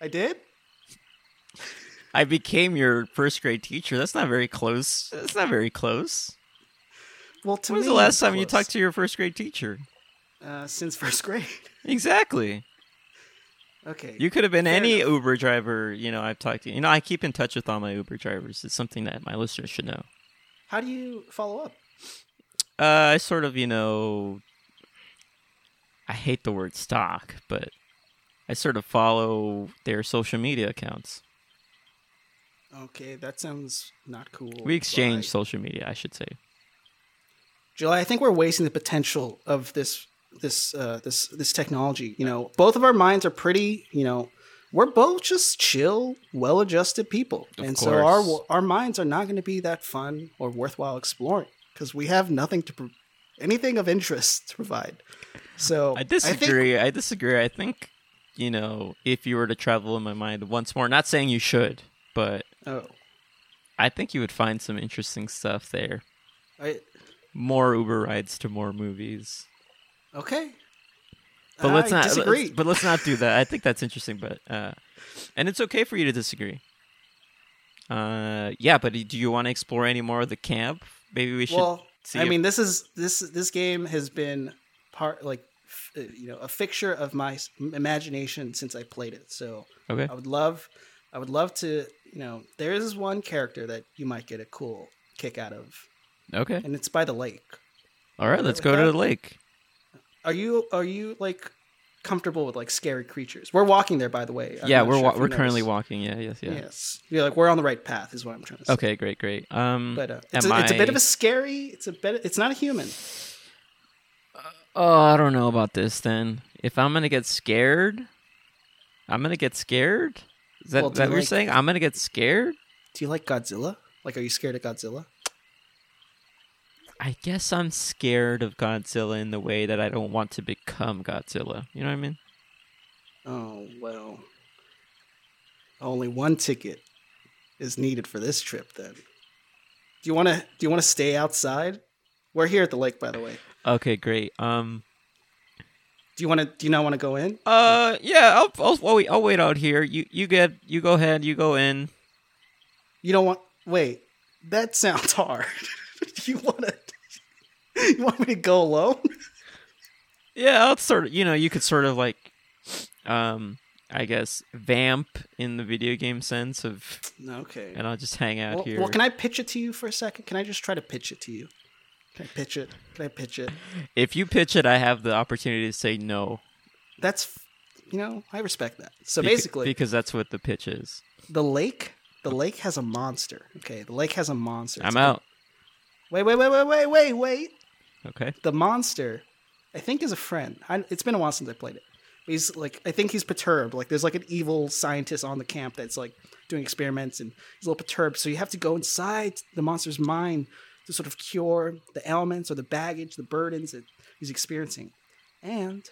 [SPEAKER 2] I did?
[SPEAKER 1] I became your first grade teacher. That's not very close. That's not very close.
[SPEAKER 2] Well, to
[SPEAKER 1] when was
[SPEAKER 2] me,
[SPEAKER 1] the last time you
[SPEAKER 2] close.
[SPEAKER 1] talked to your first grade teacher?
[SPEAKER 2] Uh, since first grade.
[SPEAKER 1] Exactly.
[SPEAKER 2] Okay.
[SPEAKER 1] You could have been
[SPEAKER 2] Fair
[SPEAKER 1] any Uber driver, you know, I've talked to. You know, I keep in touch with all my Uber drivers. It's something that my listeners should know.
[SPEAKER 2] How do you follow up?
[SPEAKER 1] Uh, I sort of, you know, I hate the word stalk, but I sort of follow their social media accounts.
[SPEAKER 2] Okay, that sounds not cool.
[SPEAKER 1] We exchange
[SPEAKER 2] July.
[SPEAKER 1] social media, I should say.
[SPEAKER 2] July, I think we're wasting the potential of this this uh this this technology. You know, both of our minds are pretty, you know, we're both just chill, well-adjusted people,
[SPEAKER 1] Of
[SPEAKER 2] and so our
[SPEAKER 1] course.
[SPEAKER 2] our minds are not going to be that fun or worthwhile exploring because we have nothing to pro- anything of interest to provide. So
[SPEAKER 1] I
[SPEAKER 2] think-
[SPEAKER 1] disagree. I, disagree. I think, you know, if you were to travel in my mind once more, not saying you should, but
[SPEAKER 2] oh,
[SPEAKER 1] I think you would find some interesting stuff there.
[SPEAKER 2] I,
[SPEAKER 1] More Uber rides to more movies.
[SPEAKER 2] okay.
[SPEAKER 1] But let's
[SPEAKER 2] I
[SPEAKER 1] not
[SPEAKER 2] disagree.
[SPEAKER 1] let's- but let's not do that. I think that's interesting, but uh and it's okay for you to disagree. Uh yeah, but do you want to explore any more of the camp? Maybe we should
[SPEAKER 2] well,
[SPEAKER 1] see
[SPEAKER 2] I
[SPEAKER 1] if-
[SPEAKER 2] mean, this is this this game has been part like f- uh, you know a fixture of my s- imagination since I played it. So
[SPEAKER 1] Okay.
[SPEAKER 2] I would love, I would love to you know there is one character that you might get a cool kick out of,
[SPEAKER 1] Okay.
[SPEAKER 2] and it's by the lake.
[SPEAKER 1] All right, let's
[SPEAKER 2] with
[SPEAKER 1] go to
[SPEAKER 2] that?
[SPEAKER 1] the lake.
[SPEAKER 2] Are you are you like comfortable with like scary creatures? We're walking there, by the way. I'm
[SPEAKER 1] yeah,
[SPEAKER 2] not
[SPEAKER 1] we're
[SPEAKER 2] sure
[SPEAKER 1] wa-
[SPEAKER 2] if you
[SPEAKER 1] we're currently
[SPEAKER 2] noticed.
[SPEAKER 1] walking. Yeah, yes, yeah.
[SPEAKER 2] Yes, you're like we're on the right path, is what I'm trying to say.
[SPEAKER 1] Okay, great, great. Um
[SPEAKER 2] But uh, it's,
[SPEAKER 1] am
[SPEAKER 2] a, it's a bit
[SPEAKER 1] I-
[SPEAKER 2] of a scary. It's a bit. It's not a human.
[SPEAKER 1] Oh, I don't know about this then. If I'm gonna get scared, I'm gonna get scared. Is that
[SPEAKER 2] Well,
[SPEAKER 1] is
[SPEAKER 2] do
[SPEAKER 1] that
[SPEAKER 2] you
[SPEAKER 1] what you're
[SPEAKER 2] like-
[SPEAKER 1] saying? I'm gonna get scared.
[SPEAKER 2] Do you like Godzilla? Like, are you scared of Godzilla?
[SPEAKER 1] I guess I'm scared of Godzilla in the way that I don't want to become Godzilla. You know what I mean?
[SPEAKER 2] Oh, well. Only one ticket is needed for this trip then. Do you want to do you want to stay outside? We're here at the lake by the way.
[SPEAKER 1] Okay, great. Um.
[SPEAKER 2] Do you want to do you not want to go in?
[SPEAKER 1] Uh. Yeah. I'll I'll, I'll, wait, I'll wait out here. You you get you go ahead. You go in.
[SPEAKER 2] You don't want Wait. That sounds hard. do you want to You want me to go alone?
[SPEAKER 1] Yeah. I'll sort of. You know. You could sort of like, um. I guess vamp in the video game sense of,
[SPEAKER 2] Okay.
[SPEAKER 1] and I'll just hang out
[SPEAKER 2] Well,
[SPEAKER 1] here.
[SPEAKER 2] well, can I pitch it to you for a second? Can I just try to pitch it to you? Can I pitch it? Can I pitch it?
[SPEAKER 1] If you pitch it, I have the opportunity to say no.
[SPEAKER 2] That's f- you know, I respect that. So
[SPEAKER 1] Beca-
[SPEAKER 2] basically,
[SPEAKER 1] because that's what the pitch is.
[SPEAKER 2] the lake the lake has a monster okay the lake has a monster It's
[SPEAKER 1] I'm
[SPEAKER 2] like-
[SPEAKER 1] out.
[SPEAKER 2] wait wait wait wait wait wait wait
[SPEAKER 1] Okay.
[SPEAKER 2] the monster i think is a friend I, it's been a while since i played it he's like i think he's perturbed like there's like an evil scientist on the camp that's like doing experiments and he's a little perturbed so you have to go inside the monster's mind to sort of cure the ailments or the baggage the burdens that he's experiencing and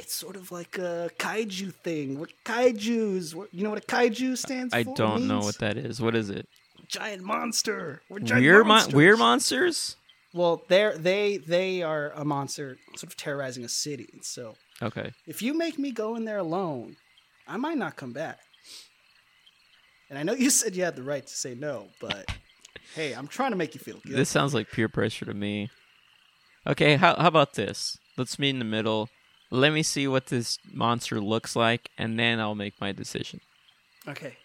[SPEAKER 2] it's sort of like a kaiju thing. What kaiju's? What, you know what a kaiju stands
[SPEAKER 1] I
[SPEAKER 2] for?
[SPEAKER 1] don't know
[SPEAKER 2] Means
[SPEAKER 1] what that is. What is it?
[SPEAKER 2] giant monster. We're giant
[SPEAKER 1] We're mon-
[SPEAKER 2] monsters.
[SPEAKER 1] we're monsters.
[SPEAKER 2] Well, they're they they are a monster, sort of terrorizing a city. And so
[SPEAKER 1] Okay.
[SPEAKER 2] if you make me go in there alone, I might not come back. And I know you said you had the right to say no, but hey, I'm trying to make you feel good.
[SPEAKER 1] This sounds like peer pressure to me. Okay, how how about this? Let's meet in the middle. Let me see what this monster looks like, and then I'll make my decision.
[SPEAKER 2] Okay.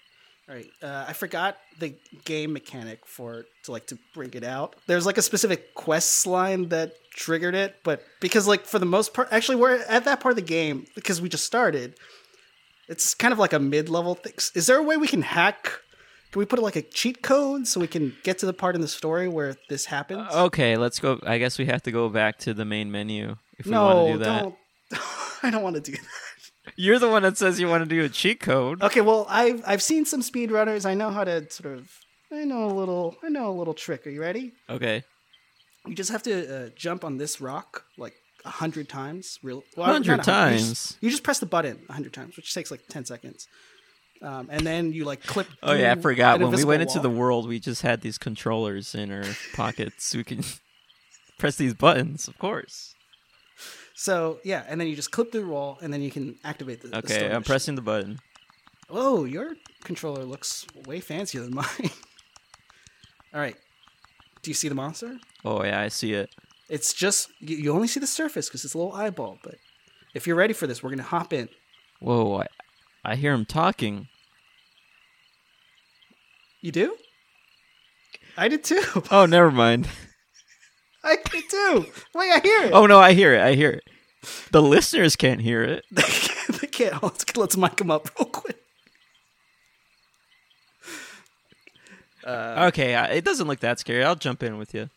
[SPEAKER 2] All right. Uh, I forgot the game mechanic for to like to bring it out. There's like a specific quest line that triggered it, but because like for the most part, actually we're at that part of the game because we just started. It's kind of like a mid level thing. Is there a way we can hack? Can we put like a cheat code so we can get to the part in the story where this
[SPEAKER 1] Uh,
[SPEAKER 2] happens?
[SPEAKER 1] Okay, let's go. I guess we have to go back to the main menu if we want
[SPEAKER 2] no,
[SPEAKER 1] to do that.
[SPEAKER 2] don't. I don't want to do that.
[SPEAKER 1] You're the one that says you want to do a cheat code.
[SPEAKER 2] Okay, well, I've I've seen some speedrunners. I know how to sort of. I know a little. I know a little trick. Are you ready?
[SPEAKER 1] Okay.
[SPEAKER 2] You just have to uh, jump on this rock like a hundred times. Real well,
[SPEAKER 1] Hundred
[SPEAKER 2] not a hun- You
[SPEAKER 1] times.
[SPEAKER 2] just, you just press the button a hundred times, which takes like ten seconds, um, and then you like clip.
[SPEAKER 1] Oh yeah, I
[SPEAKER 2] through
[SPEAKER 1] forgot.
[SPEAKER 2] mm, an
[SPEAKER 1] When we
[SPEAKER 2] invisible
[SPEAKER 1] went into the
[SPEAKER 2] wall.
[SPEAKER 1] world, we just had these controllers in our pockets. We can press these buttons, of course.
[SPEAKER 2] so yeah, and then you just clip through the wall, and then you can activate the. the
[SPEAKER 1] Okay,
[SPEAKER 2] storm
[SPEAKER 1] I'm
[SPEAKER 2] machine.
[SPEAKER 1] pressing the button.
[SPEAKER 2] Whoa, your controller looks way fancier than mine. All right, do you see the monster?
[SPEAKER 1] Oh yeah, I see it.
[SPEAKER 2] It's just you, you only see the surface because it's a little eyeball. But if you're ready for this, we're gonna hop in.
[SPEAKER 1] Whoa, I, I hear him talking.
[SPEAKER 2] You do? I did too.
[SPEAKER 1] Oh, never mind.
[SPEAKER 2] I did too. Wait, I hear it.
[SPEAKER 1] Oh no, I hear it. I hear it. The listeners can't hear it.
[SPEAKER 2] they can't. They can't. Hold- Let's, mic them up real quick. Uh,
[SPEAKER 1] Okay, I, it doesn't look that scary. I'll jump in with you.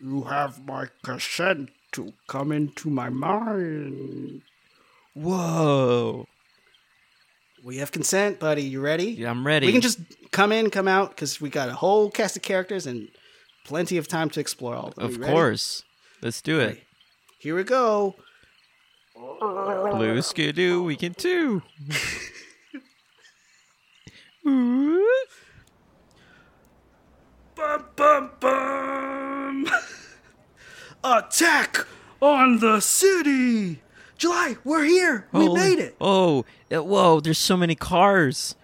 [SPEAKER 2] You have my consent to come into my mind.
[SPEAKER 1] Whoa.
[SPEAKER 2] We have consent, buddy. You ready?
[SPEAKER 1] Yeah, I'm ready.
[SPEAKER 2] We can just come in, come out, because we got a whole cast of characters and plenty of time to explore all. of them.
[SPEAKER 1] of
[SPEAKER 2] You ready?
[SPEAKER 1] course. Let's do it.
[SPEAKER 2] Right. Here we go.
[SPEAKER 1] Blue skidoo, we can too.
[SPEAKER 2] Bum bum bum! Attack on the city! July, we're here! We
[SPEAKER 1] Holy-
[SPEAKER 2] made it!
[SPEAKER 1] Oh, uh, whoa, there's so many cars.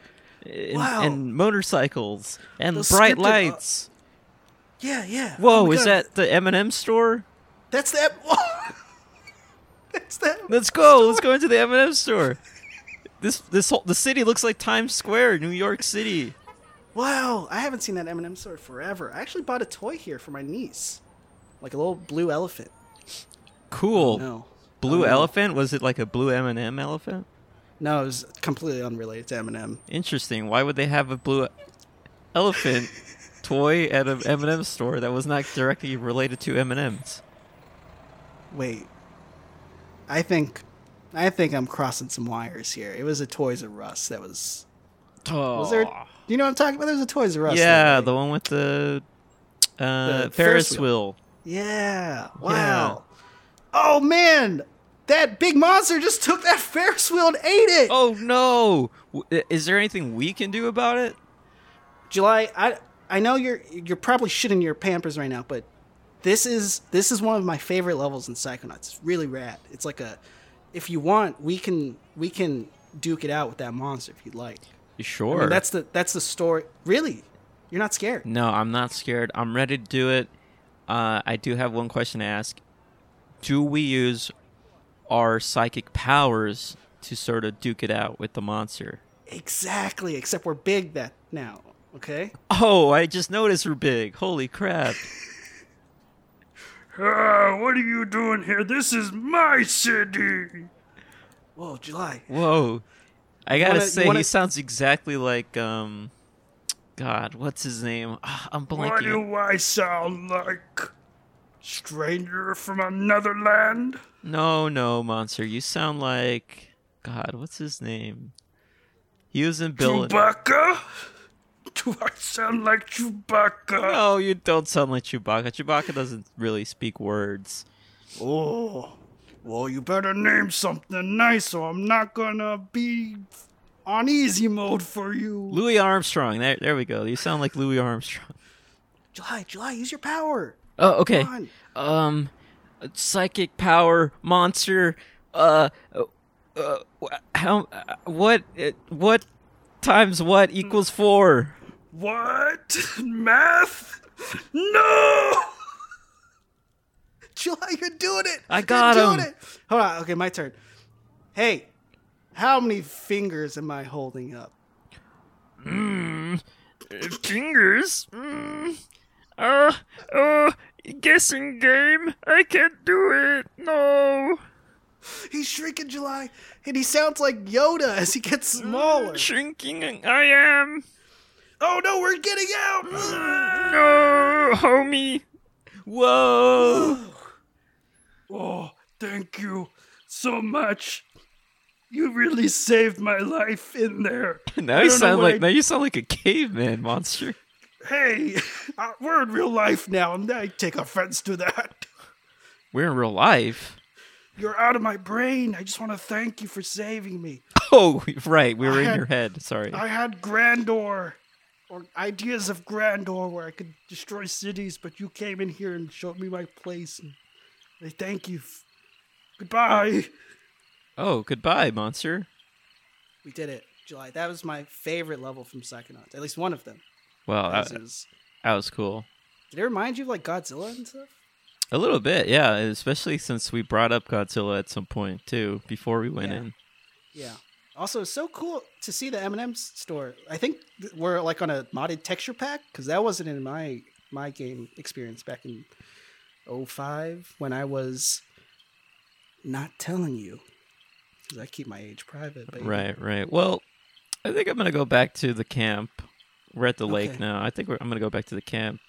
[SPEAKER 1] And,
[SPEAKER 2] Wow.
[SPEAKER 1] and motorcycles and
[SPEAKER 2] Oh. Those
[SPEAKER 1] bright
[SPEAKER 2] scripted, uh,
[SPEAKER 1] lights.
[SPEAKER 2] Yeah, yeah.
[SPEAKER 1] Whoa,
[SPEAKER 2] Oh my
[SPEAKER 1] is
[SPEAKER 2] God.
[SPEAKER 1] that the M&M store?
[SPEAKER 2] That's that. That's that.
[SPEAKER 1] Let's go. Let's go into the M&M store. This this whole the city looks like Times Square, New York City.
[SPEAKER 2] Wow, I haven't seen that M&M store forever. I actually bought a toy here for my niece. Like a little blue elephant.
[SPEAKER 1] Cool.
[SPEAKER 2] No.
[SPEAKER 1] Blue
[SPEAKER 2] Oh, no.
[SPEAKER 1] elephant? Was it like a blue M&M elephant?
[SPEAKER 2] No, it was completely unrelated to M&M.
[SPEAKER 1] Interesting. Why would they have a blue elephant toy at an M&M store that was not directly related to M&Ms?
[SPEAKER 2] Wait. I think. I think I'm crossing some wires here. It was a Toys R Us that was
[SPEAKER 1] Oh.
[SPEAKER 2] Was there? You know what I'm talking about? There's a Toys R Us. there,
[SPEAKER 1] Yeah,
[SPEAKER 2] right?
[SPEAKER 1] the one with the uh,
[SPEAKER 2] The
[SPEAKER 1] Ferris,
[SPEAKER 2] Ferris
[SPEAKER 1] wheel.
[SPEAKER 2] yeah. Wow. Oh man, that big monster just took that Ferris wheel and ate it.
[SPEAKER 1] Oh no! W- Is there anything we can do about it?
[SPEAKER 2] July, I I know you're you're probably shitting your pampers right now, but this is this is one of my favorite levels in Psychonauts. It's really rad. It's like a, if you want, we can we can duke it out with that monster if you'd like. I
[SPEAKER 1] Sure.
[SPEAKER 2] mean, that's the that's the story. Really, you're not scared.
[SPEAKER 1] No, I'm not scared. I'm ready to do it. Uh, I do have one question to ask. Do we use our psychic powers to sort of duke it out with the monster?
[SPEAKER 2] Exactly. Except we're big that now. Okay.
[SPEAKER 1] Oh, I just noticed we're big. Holy crap.
[SPEAKER 3] Ah, what are you doing here? This is my city.
[SPEAKER 2] Whoa, July.
[SPEAKER 1] Whoa. I gotta
[SPEAKER 2] wanna- you
[SPEAKER 1] say,
[SPEAKER 2] wanna-
[SPEAKER 1] he sounds exactly like, um, God, what's his name? Ah, I'm
[SPEAKER 3] What
[SPEAKER 1] blanking.
[SPEAKER 3] do I sound like? Stranger from another land?
[SPEAKER 1] No, no, monster. You sound like, God, what's his name? He was in Bill. and-
[SPEAKER 3] Chewbacca? Do I sound like Chewbacca?
[SPEAKER 1] No, you don't sound like Chewbacca. Chewbacca doesn't really speak words.
[SPEAKER 2] Oh.
[SPEAKER 3] Well, you better name something nice, or I'm not gonna be on easy mode for you.
[SPEAKER 1] Louis Armstrong. There, there we go. You sound like Louis Armstrong.
[SPEAKER 2] July, July, use your power.
[SPEAKER 1] Oh, okay.
[SPEAKER 2] Come on.
[SPEAKER 1] Um, psychic power monster. Uh, uh, wh- how? uh, What? uh, What times what equals four?
[SPEAKER 3] What? Math? No!
[SPEAKER 2] July, you're doing it.
[SPEAKER 1] I got
[SPEAKER 2] you're doing
[SPEAKER 1] him.
[SPEAKER 2] It. Hold on. Okay, my turn. Hey, how many fingers am I holding up?
[SPEAKER 1] Fingers. Uh, uh, guessing game. I can't do it. No.
[SPEAKER 2] He's shrinking, July, and he sounds like Yoda as he gets smaller.
[SPEAKER 1] Shrinking. I am.
[SPEAKER 2] Oh no, we're getting out.
[SPEAKER 1] No, Oh, homie. Whoa.
[SPEAKER 3] Oh, thank you so much. You really saved my life in there.
[SPEAKER 1] now
[SPEAKER 3] I
[SPEAKER 1] you
[SPEAKER 3] don't know
[SPEAKER 1] sound
[SPEAKER 3] what
[SPEAKER 1] like
[SPEAKER 3] I-
[SPEAKER 1] now you sound like a caveman monster.
[SPEAKER 3] Hey, uh, we're in real life now, and I take offense to that.
[SPEAKER 1] We're in real life.
[SPEAKER 3] You're out of my brain. I just want to thank you for saving me.
[SPEAKER 1] Oh, right. We were in
[SPEAKER 3] had-
[SPEAKER 1] your head. Sorry.
[SPEAKER 3] I had grandeur, or ideas of grandeur, where I could destroy cities, but you came in here and showed me my place. And I thank you. Goodbye.
[SPEAKER 1] Oh, goodbye, monster.
[SPEAKER 2] we did it, July. That was my favorite level from Psychonauts. At least one of them.
[SPEAKER 1] Wow,
[SPEAKER 2] That was-
[SPEAKER 1] Oh, that,
[SPEAKER 2] it was-
[SPEAKER 1] that was cool.
[SPEAKER 2] did it remind you of like Godzilla and stuff?
[SPEAKER 1] A little bit, yeah. Especially since we brought up Godzilla at some point too before we went
[SPEAKER 2] Yeah.
[SPEAKER 1] in.
[SPEAKER 2] Yeah. Also, it's so cool to see the M&M's store. I think th- we're like on a modded texture pack because that wasn't in my my game experience back in 05 when I was not telling you because I keep my age private. But
[SPEAKER 1] Right, right. Well, I think I'm gonna go back to the camp. We're at the lake
[SPEAKER 2] Okay.
[SPEAKER 1] now. I think we're, I'm gonna go back to the camp.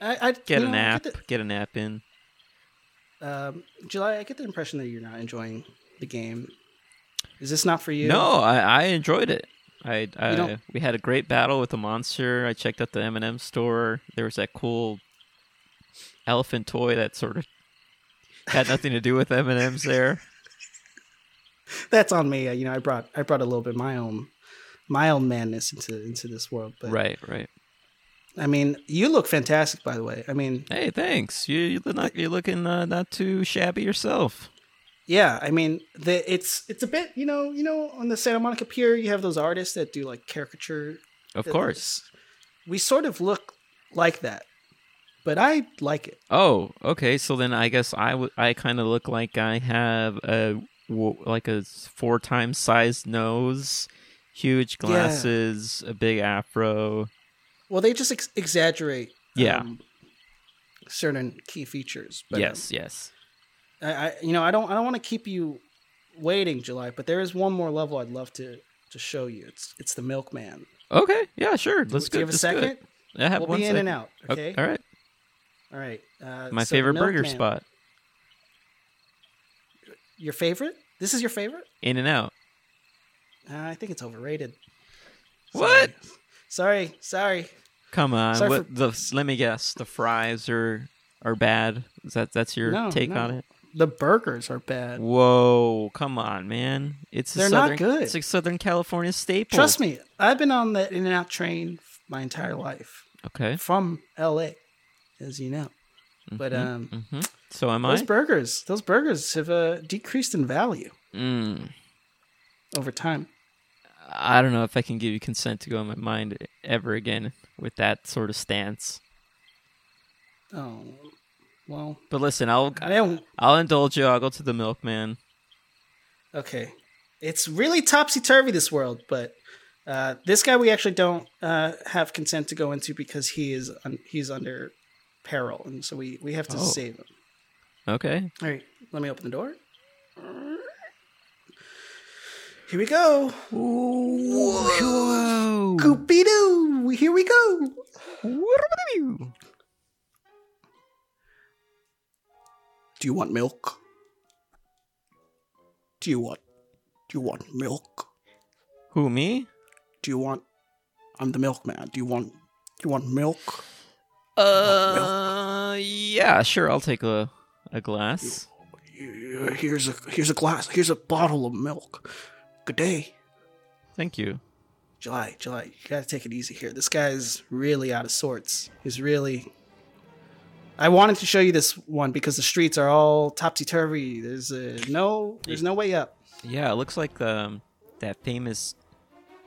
[SPEAKER 2] I, I
[SPEAKER 1] Get
[SPEAKER 2] you
[SPEAKER 1] a
[SPEAKER 2] know, I
[SPEAKER 1] nap.
[SPEAKER 2] get
[SPEAKER 1] Get a nap in.
[SPEAKER 2] the- um, July, I get the impression that you're not enjoying the game. Is this not for you?
[SPEAKER 1] No, I, I enjoyed it. I, I
[SPEAKER 2] don't-
[SPEAKER 1] we had a great battle with the monster. I checked out the M and M store. There was that cool elephant toy that sort of had nothing to do with M and M's there.
[SPEAKER 2] that's on me. Uh, You know, I brought I brought a little bit of my own my own madness into into this world. But
[SPEAKER 1] Right, right.
[SPEAKER 2] I mean, you look fantastic, by the way. I mean,
[SPEAKER 1] Hey, thanks. You you look not you're looking uh, not too shabby yourself.
[SPEAKER 2] yeah i mean the it's it's a bit you know you know on the santa monica pier you have those artists that do like caricature
[SPEAKER 1] Of
[SPEAKER 2] that-
[SPEAKER 1] course.
[SPEAKER 2] we sort of look like that but i like it
[SPEAKER 1] Oh, okay. So then I guess I w- I kind of look like I have a w- like a four times sized nose, huge glasses, a big afro.
[SPEAKER 2] well they just ex- exaggerate
[SPEAKER 1] Yeah.
[SPEAKER 2] um, certain key features but um,
[SPEAKER 1] yes, yes.
[SPEAKER 2] I, I you know i don't i don't want to keep you waiting july but there is one more level i'd love to to show you it's it's the milkman
[SPEAKER 1] Okay. Yeah. Sure. Let's
[SPEAKER 2] do
[SPEAKER 1] go.
[SPEAKER 2] you have a
[SPEAKER 1] let's do
[SPEAKER 2] second
[SPEAKER 1] it. I have
[SPEAKER 2] we'll
[SPEAKER 1] one
[SPEAKER 2] be in
[SPEAKER 1] second. Oh,
[SPEAKER 2] and out okay,
[SPEAKER 1] All right.
[SPEAKER 2] all right uh,
[SPEAKER 1] My
[SPEAKER 2] so the
[SPEAKER 1] favorite burger
[SPEAKER 2] Milkman-
[SPEAKER 1] spot.
[SPEAKER 2] your favorite this is your favorite
[SPEAKER 1] In and out.
[SPEAKER 2] Uh, I think it's overrated.
[SPEAKER 1] What?
[SPEAKER 2] Sorry, sorry.
[SPEAKER 1] Come on.
[SPEAKER 2] Sorry
[SPEAKER 1] What
[SPEAKER 2] for-
[SPEAKER 1] the? Let me guess. The fries are are bad. Is that that's your
[SPEAKER 2] No,
[SPEAKER 1] take
[SPEAKER 2] no.
[SPEAKER 1] on it?
[SPEAKER 2] The burgers are bad.
[SPEAKER 1] Whoa! Come on, man. It's a
[SPEAKER 2] They're not
[SPEAKER 1] southern,
[SPEAKER 2] good.
[SPEAKER 1] It's a Southern California staple.
[SPEAKER 2] Trust me, I've been on that In and Out train f- my entire life
[SPEAKER 1] Okay.
[SPEAKER 2] from LA, as you know. But
[SPEAKER 1] Mhm,
[SPEAKER 2] um,
[SPEAKER 1] mhm. So am
[SPEAKER 2] those
[SPEAKER 1] I.
[SPEAKER 2] burgers, those burgers have uh, decreased in value
[SPEAKER 1] Mm.
[SPEAKER 2] over time.
[SPEAKER 1] I don't know if I can give you consent to go in my mind ever again with that sort of stance.
[SPEAKER 2] Oh, well,
[SPEAKER 1] But listen, I'll
[SPEAKER 2] I don't.
[SPEAKER 1] I'll indulge you. I'll go to the milkman.
[SPEAKER 2] Okay, it's really topsy turvy this world, but. Uh, this guy we actually don't uh, have consent to go into because he is un- he's under peril, and so we, we have to
[SPEAKER 1] Oh.
[SPEAKER 2] save him.
[SPEAKER 1] Okay.
[SPEAKER 2] All right, let me open the door. Here we go.
[SPEAKER 1] Whoa.
[SPEAKER 2] Goopy doo. Here we go. Do you want milk? Do you want? Do you want milk?
[SPEAKER 1] Who me?
[SPEAKER 2] Do you want? I'm the milkman. Do you want? Do you want milk?
[SPEAKER 1] Uh, yeah, sure. I'll take a a glass.
[SPEAKER 2] Here's a here's a glass. Here's a bottle of milk. Good day,
[SPEAKER 1] Thank you.
[SPEAKER 2] July. July, you gotta take it easy here. This guy's really out of sorts. He's really. I wanted to show you this one because the streets are all topsy turvy. There's a, no there's no way up.
[SPEAKER 1] Yeah, it looks like um, that famous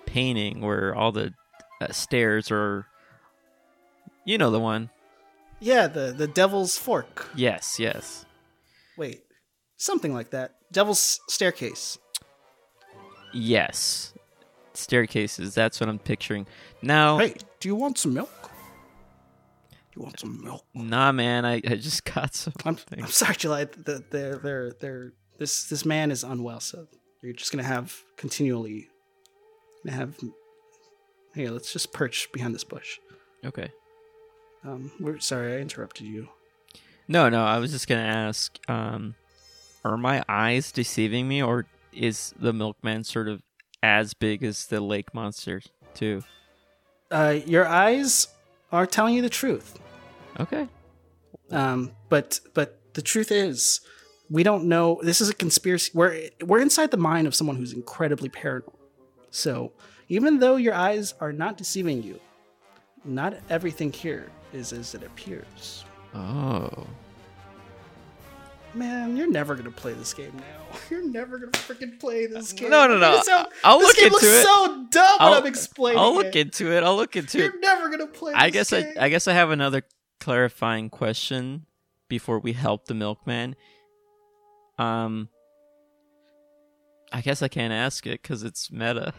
[SPEAKER 1] painting where all the uh, stairs are. You know the one.
[SPEAKER 2] Yeah, the the Devil's Fork.
[SPEAKER 1] Yes, yes.
[SPEAKER 2] Wait, something like that. Devil's Staircase.
[SPEAKER 1] Yes. Staircases, that's what I'm picturing. Now,
[SPEAKER 2] Hey, do you want some milk? You want some milk?
[SPEAKER 1] nah, man, I, I just got some.
[SPEAKER 2] I'm, I'm sorry, July. The, they're, they're, they're, this this man is unwell, so you're just gonna have continually gonna have. Here, let's just perch behind this bush.
[SPEAKER 1] Okay.
[SPEAKER 2] Um, we're sorry, I interrupted you.
[SPEAKER 1] No, no, I was just going to ask um, are my eyes deceiving me, or is the milkman sort of as big as the lake monster, too?
[SPEAKER 2] Uh, your eyes are telling you the truth.
[SPEAKER 1] Okay.
[SPEAKER 2] Um, but but the truth is, we don't know. This is a conspiracy. We're we're inside the mind of someone who's incredibly paranoid. So even though your eyes are not deceiving you, not everything here is as it appears.
[SPEAKER 1] Oh.
[SPEAKER 2] Man, you're never gonna play this game now. You're never gonna freaking play this game.
[SPEAKER 1] No, no, no.
[SPEAKER 2] It's So,
[SPEAKER 1] I'll
[SPEAKER 2] this
[SPEAKER 1] look
[SPEAKER 2] game
[SPEAKER 1] into
[SPEAKER 2] looks
[SPEAKER 1] it.
[SPEAKER 2] so dumb
[SPEAKER 1] I'll-
[SPEAKER 2] when I'm explaining
[SPEAKER 1] I'll look
[SPEAKER 2] it.
[SPEAKER 1] into it. I'll look into it.
[SPEAKER 2] You're never gonna play.
[SPEAKER 1] I
[SPEAKER 2] this
[SPEAKER 1] guess I,
[SPEAKER 2] game.
[SPEAKER 1] I guess I have another clarifying question before we help the milkman. Um, I guess I can't ask it because it's meta.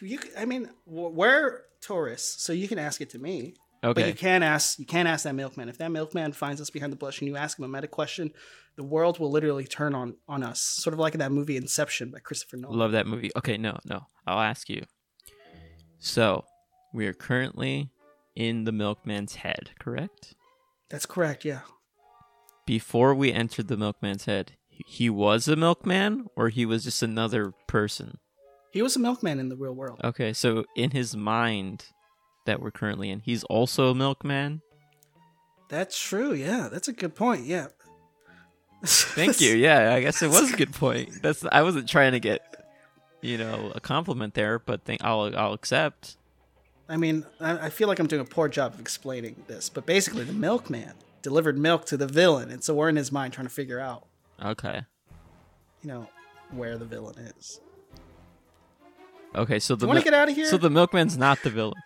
[SPEAKER 2] You, c- I mean, w- we're tourists, so you can ask it to me. But
[SPEAKER 1] Okay,
[SPEAKER 2] you can ask you can ask that milkman. If that milkman finds us behind the bush and you ask him a meta question, the world will literally turn on on us. Sort of like in that movie Inception by Christopher Nolan.
[SPEAKER 1] love that movie. Okay, no, no, I'll ask you. So we are currently in the milkman's head, correct?
[SPEAKER 2] That's correct, yeah.
[SPEAKER 1] Before we entered the milkman's head, he was a milkman, or he was just another person.
[SPEAKER 2] He was a milkman in the real world.
[SPEAKER 1] Okay, so in his mind that we're currently in, he's also a milkman.
[SPEAKER 2] That's true, yeah. That's a good point, yeah.
[SPEAKER 1] Thank you. Yeah, I guess it was a good point. That's I wasn't trying to get, you know, a compliment there, but think I'll I'll accept.
[SPEAKER 2] I mean, I, I feel like I'm doing a poor job of explaining this, but basically the milkman delivered milk to the villain, and so we're in his mind trying to figure out,
[SPEAKER 1] Okay.
[SPEAKER 2] you know, where the villain is.
[SPEAKER 1] Okay. So the
[SPEAKER 2] wanna
[SPEAKER 1] mil-
[SPEAKER 2] get outta here?
[SPEAKER 1] So the milkman's not the villain.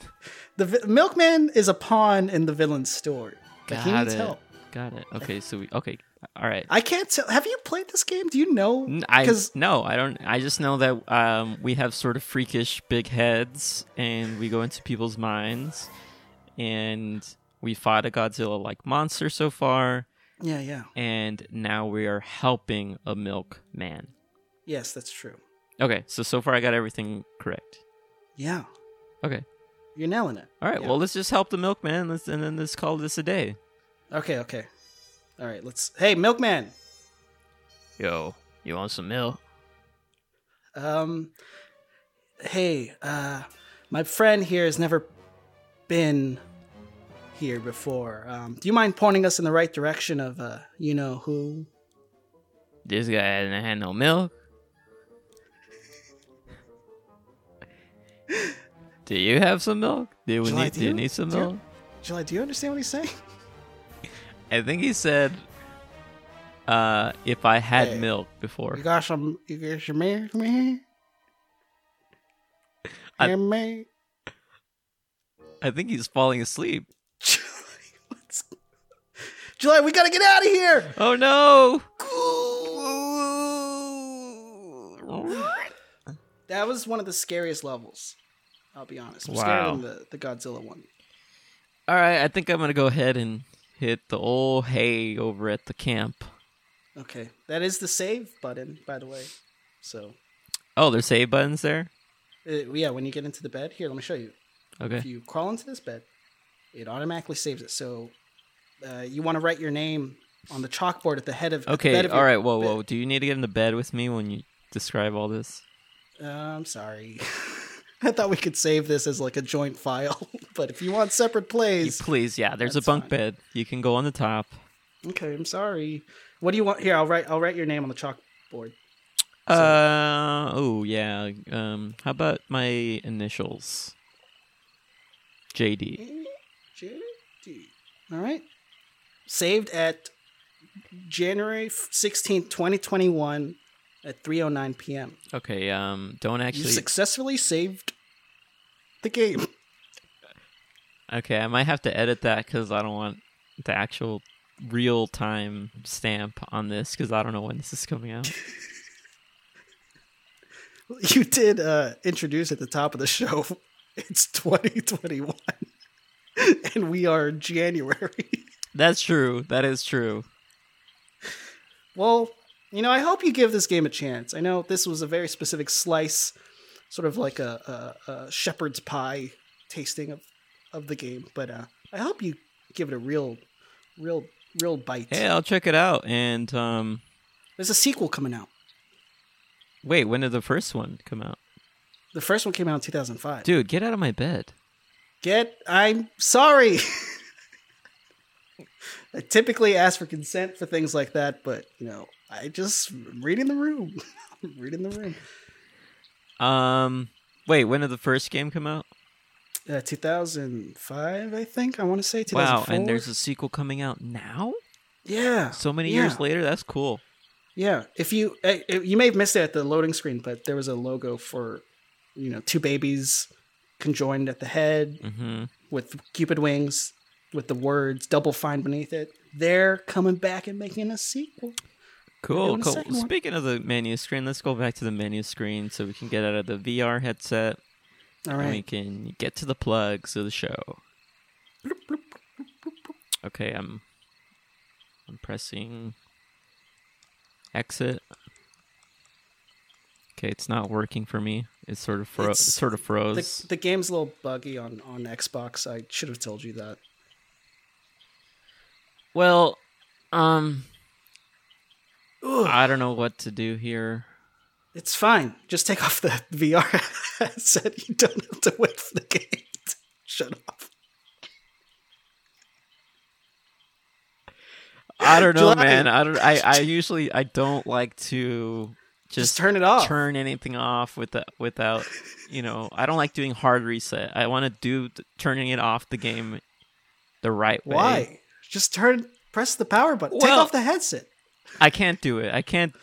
[SPEAKER 2] The vi- milkman is a pawn in the villain's story. Like, he
[SPEAKER 1] Got
[SPEAKER 2] needs
[SPEAKER 1] it.
[SPEAKER 2] help.
[SPEAKER 1] Got it. Okay. So we. Okay. All right.
[SPEAKER 2] I can't tell. Have you played this game? Do you know?
[SPEAKER 1] N- I
[SPEAKER 2] Because
[SPEAKER 1] no, I don't. I just know that um, we have sort of freakish big heads, and we go into people's minds, and we fought a Godzilla-like monster so far,
[SPEAKER 2] yeah, yeah,
[SPEAKER 1] and now we are helping a milkman.
[SPEAKER 2] yes, that's true.
[SPEAKER 1] Okay, so so far I got everything correct.
[SPEAKER 2] Yeah,
[SPEAKER 1] Okay.
[SPEAKER 2] you're nailing it.
[SPEAKER 1] All right.
[SPEAKER 2] Yeah.
[SPEAKER 1] Well, let's just help the milkman. Let's and then let's call this a day.
[SPEAKER 2] Okay, okay. All right, let's. Hey, milkman.
[SPEAKER 1] Yo, you want some milk?
[SPEAKER 2] Um, hey, uh, my friend here has never been here before. Um, do you mind pointing us in the right direction of uh, you know who?
[SPEAKER 1] This guy hasn't had no milk. do you have some milk? Do we
[SPEAKER 2] Shall I
[SPEAKER 1] need? Do you
[SPEAKER 2] do?
[SPEAKER 1] need some
[SPEAKER 2] Do-
[SPEAKER 1] milk?
[SPEAKER 2] July, do you understand what he's saying?
[SPEAKER 1] I think he said, uh, if I had
[SPEAKER 2] Hey.
[SPEAKER 1] milk before.
[SPEAKER 2] You got some? You got some milk, man?
[SPEAKER 1] I-
[SPEAKER 2] Hey, man.
[SPEAKER 1] I think he's falling asleep.
[SPEAKER 2] July, what's July, we gotta get out of here.
[SPEAKER 1] Oh no!
[SPEAKER 2] That was one of the scariest levels. I'll be honest. Wow.
[SPEAKER 1] Wow.
[SPEAKER 2] Scarier than the, the Godzilla one.
[SPEAKER 1] All right, I think I'm gonna go ahead and hit the old hay over at the camp.
[SPEAKER 2] Okay. That is the save button, by the way. So
[SPEAKER 1] Oh, there's save buttons there.
[SPEAKER 2] uh, yeah, when you get into the bed, here, let me show you. If
[SPEAKER 1] Okay.
[SPEAKER 2] you crawl into this bed, it automatically saves it. So uh, you want to write your name on the chalkboard at the head of at the bed
[SPEAKER 1] Okay.
[SPEAKER 2] of
[SPEAKER 1] All
[SPEAKER 2] your
[SPEAKER 1] right. Whoa, whoa.
[SPEAKER 2] bed.
[SPEAKER 1] Do you need to get into bed with me when you describe all this?
[SPEAKER 2] Uh, I'm sorry. I thought we could save this as like a joint file, but if you want separate
[SPEAKER 1] You-
[SPEAKER 2] plays,
[SPEAKER 1] please. Yeah. There's a
[SPEAKER 2] that's
[SPEAKER 1] bunk
[SPEAKER 2] fine.
[SPEAKER 1] bed. You can go on the top.
[SPEAKER 2] Okay, I'm sorry. What do you want? Here, I'll write. I'll write your name on the chalkboard.
[SPEAKER 1] Uh oh yeah. Um how about my initials? JD.
[SPEAKER 2] JD. All right. Saved at January sixteenth, twenty twenty one, at three oh nine p.m.
[SPEAKER 1] Okay, um don't
[SPEAKER 2] you
[SPEAKER 1] actually
[SPEAKER 2] successfully saved the game.
[SPEAKER 1] Okay, I might have to edit that cuz I don't want the actual real time stamp on this cuz I don't know when this is coming out.
[SPEAKER 2] You did uh, introduce at the top of the show. It's twenty twenty one, and we are in January.
[SPEAKER 1] That's true. That is true.
[SPEAKER 2] Well, you know, I hope you give this game a chance. I know this was a very specific slice, sort of like a, a, a shepherd's pie tasting of, of the game, but uh, I hope you give it a real, real, real bite.
[SPEAKER 1] Hey, I'll check it out and um
[SPEAKER 2] There's a sequel coming out.
[SPEAKER 1] wait, when did the first one come out?
[SPEAKER 2] The first one came out in 2005.
[SPEAKER 1] Dude, get out of my bed.
[SPEAKER 2] Get, I'm sorry. I typically ask for consent for things like that, but you know, I just I'm reading the room. I'm reading the room.
[SPEAKER 1] Um wait, when did the first game come out?
[SPEAKER 2] Uh, 2005, I think. I want to say 2004.
[SPEAKER 1] Wow, and there's a sequel coming out now?
[SPEAKER 2] yeah.
[SPEAKER 1] So many
[SPEAKER 2] Yeah.
[SPEAKER 1] years later, that's cool.
[SPEAKER 2] Yeah, if you eh, eh, you may have missed it at the loading screen, but there was a logo for you know two babies conjoined at the head
[SPEAKER 1] hmm
[SPEAKER 2] with cupid wings with the words "double fine" beneath it. They're coming back and making a sequel.
[SPEAKER 1] Cool,
[SPEAKER 2] doing a
[SPEAKER 1] cool.
[SPEAKER 2] second one.
[SPEAKER 1] Speaking of the menu screen, let's go back to the menu screen so we can get out of the VR headset
[SPEAKER 2] All
[SPEAKER 1] and we
[SPEAKER 2] right,
[SPEAKER 1] can get to the plugs of the show. Okay, I'm I'm pressing exit. Okay, it's not working for me. It's sort of fro-
[SPEAKER 2] It's-
[SPEAKER 1] it's sort of froze.
[SPEAKER 2] the, the game's a little buggy on on Xbox. I should have told you that.
[SPEAKER 1] Well, um
[SPEAKER 2] Ugh.
[SPEAKER 1] I don't know what to do here.
[SPEAKER 2] It's fine. Just take off the VR headset. You don't have to wait for the game to shut off.
[SPEAKER 1] I don't know,
[SPEAKER 2] July.
[SPEAKER 1] man. I don't. I, I usually I don't like to
[SPEAKER 2] Just,
[SPEAKER 1] just,
[SPEAKER 2] turn it off.
[SPEAKER 1] turn anything off with without you know. I don't like doing hard reset. I want to do t- turning it off the game the right way.
[SPEAKER 2] Why? Just turn. Press the power button. take
[SPEAKER 1] Well-
[SPEAKER 2] off the headset.
[SPEAKER 1] I can't do it. I can't.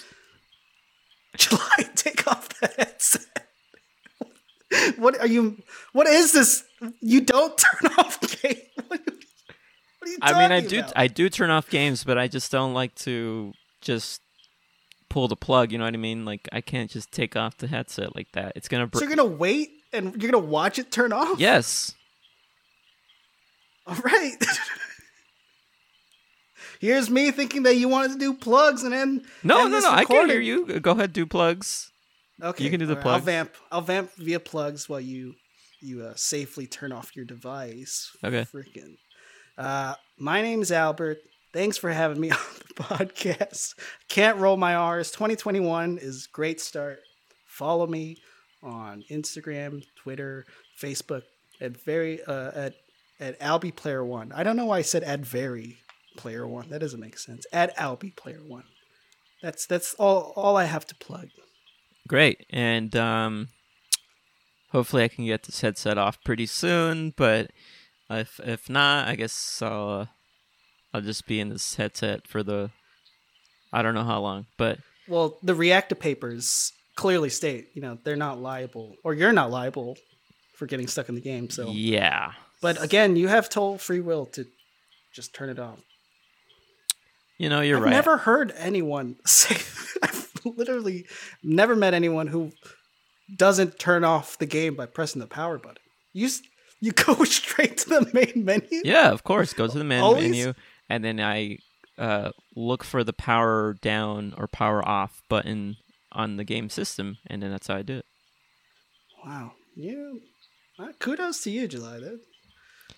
[SPEAKER 2] July, take off the headset. What are you? What is this? You don't turn off game. What are you, what are you
[SPEAKER 1] I mean, I
[SPEAKER 2] talking
[SPEAKER 1] do.
[SPEAKER 2] about?
[SPEAKER 1] I do turn off games, but I just don't like to just pull the plug. You know what I mean? Like I can't just take off the headset like that. It's gonna. Br-
[SPEAKER 2] so you're gonna wait and you're gonna watch it turn off.
[SPEAKER 1] yes.
[SPEAKER 2] All right. Here's me thinking that you wanted to do plugs and then
[SPEAKER 1] No,
[SPEAKER 2] end
[SPEAKER 1] no,
[SPEAKER 2] this
[SPEAKER 1] no. I can hear
[SPEAKER 2] recording.
[SPEAKER 1] you. Go ahead, do plugs.
[SPEAKER 2] Okay,
[SPEAKER 1] You can do the
[SPEAKER 2] all right,
[SPEAKER 1] plugs.
[SPEAKER 2] I'll vamp. I'll vamp via plugs while you you uh, safely turn off your device.
[SPEAKER 1] Okay.
[SPEAKER 2] Freaking. Uh, my name's Albert. Thanks for having me on the podcast. Can't roll my R's. 2021 is great start. Follow me on Instagram, Twitter, Facebook at very uh, at at Albie Player One. I don't know why I said at very Player One. That doesn't make sense. At Albie Player One. That's that's all all I have to plug.
[SPEAKER 1] Great. And um, hopefully I can get this headset off pretty soon. But if if not, I guess I'll uh, I'll just be in this headset for the I don't know how long. But
[SPEAKER 2] Well, the reactor papers clearly state, you know, they're not liable, or you're not liable for getting stuck in the game. So,
[SPEAKER 1] yeah,
[SPEAKER 2] but again, you have total free will to just turn it off.
[SPEAKER 1] you know you're
[SPEAKER 2] I've
[SPEAKER 1] right.
[SPEAKER 2] never heard anyone say. I've literally never met anyone who doesn't turn off the game by pressing the power button. You s- you go straight to the main menu.
[SPEAKER 1] Yeah, of course. Go to the main
[SPEAKER 2] Always-
[SPEAKER 1] menu, and then I uh, look for the power down or power off button on the game system, and then that's how I do it.
[SPEAKER 2] Wow. Yeah. Uh, Kudos to you, July. That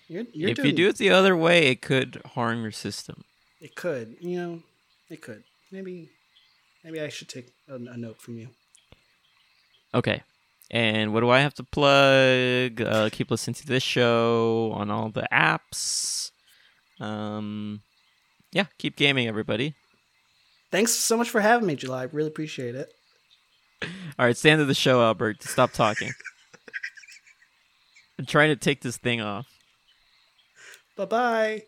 [SPEAKER 2] you're, you're
[SPEAKER 1] if
[SPEAKER 2] doing,
[SPEAKER 1] you do it the other way, it could harm your system.
[SPEAKER 2] It could, you know, it could. Maybe, maybe I should take a, a note from you.
[SPEAKER 1] Okay. And what do I have to plug? Uh, keep listening to this show on all the apps. Um, yeah, keep gaming, everybody.
[SPEAKER 2] Thanks so much for having me, July. I really appreciate it.
[SPEAKER 1] All right, it's the end of the show, Albert. Stop talking. I'm trying to take this thing off.
[SPEAKER 2] Bye bye.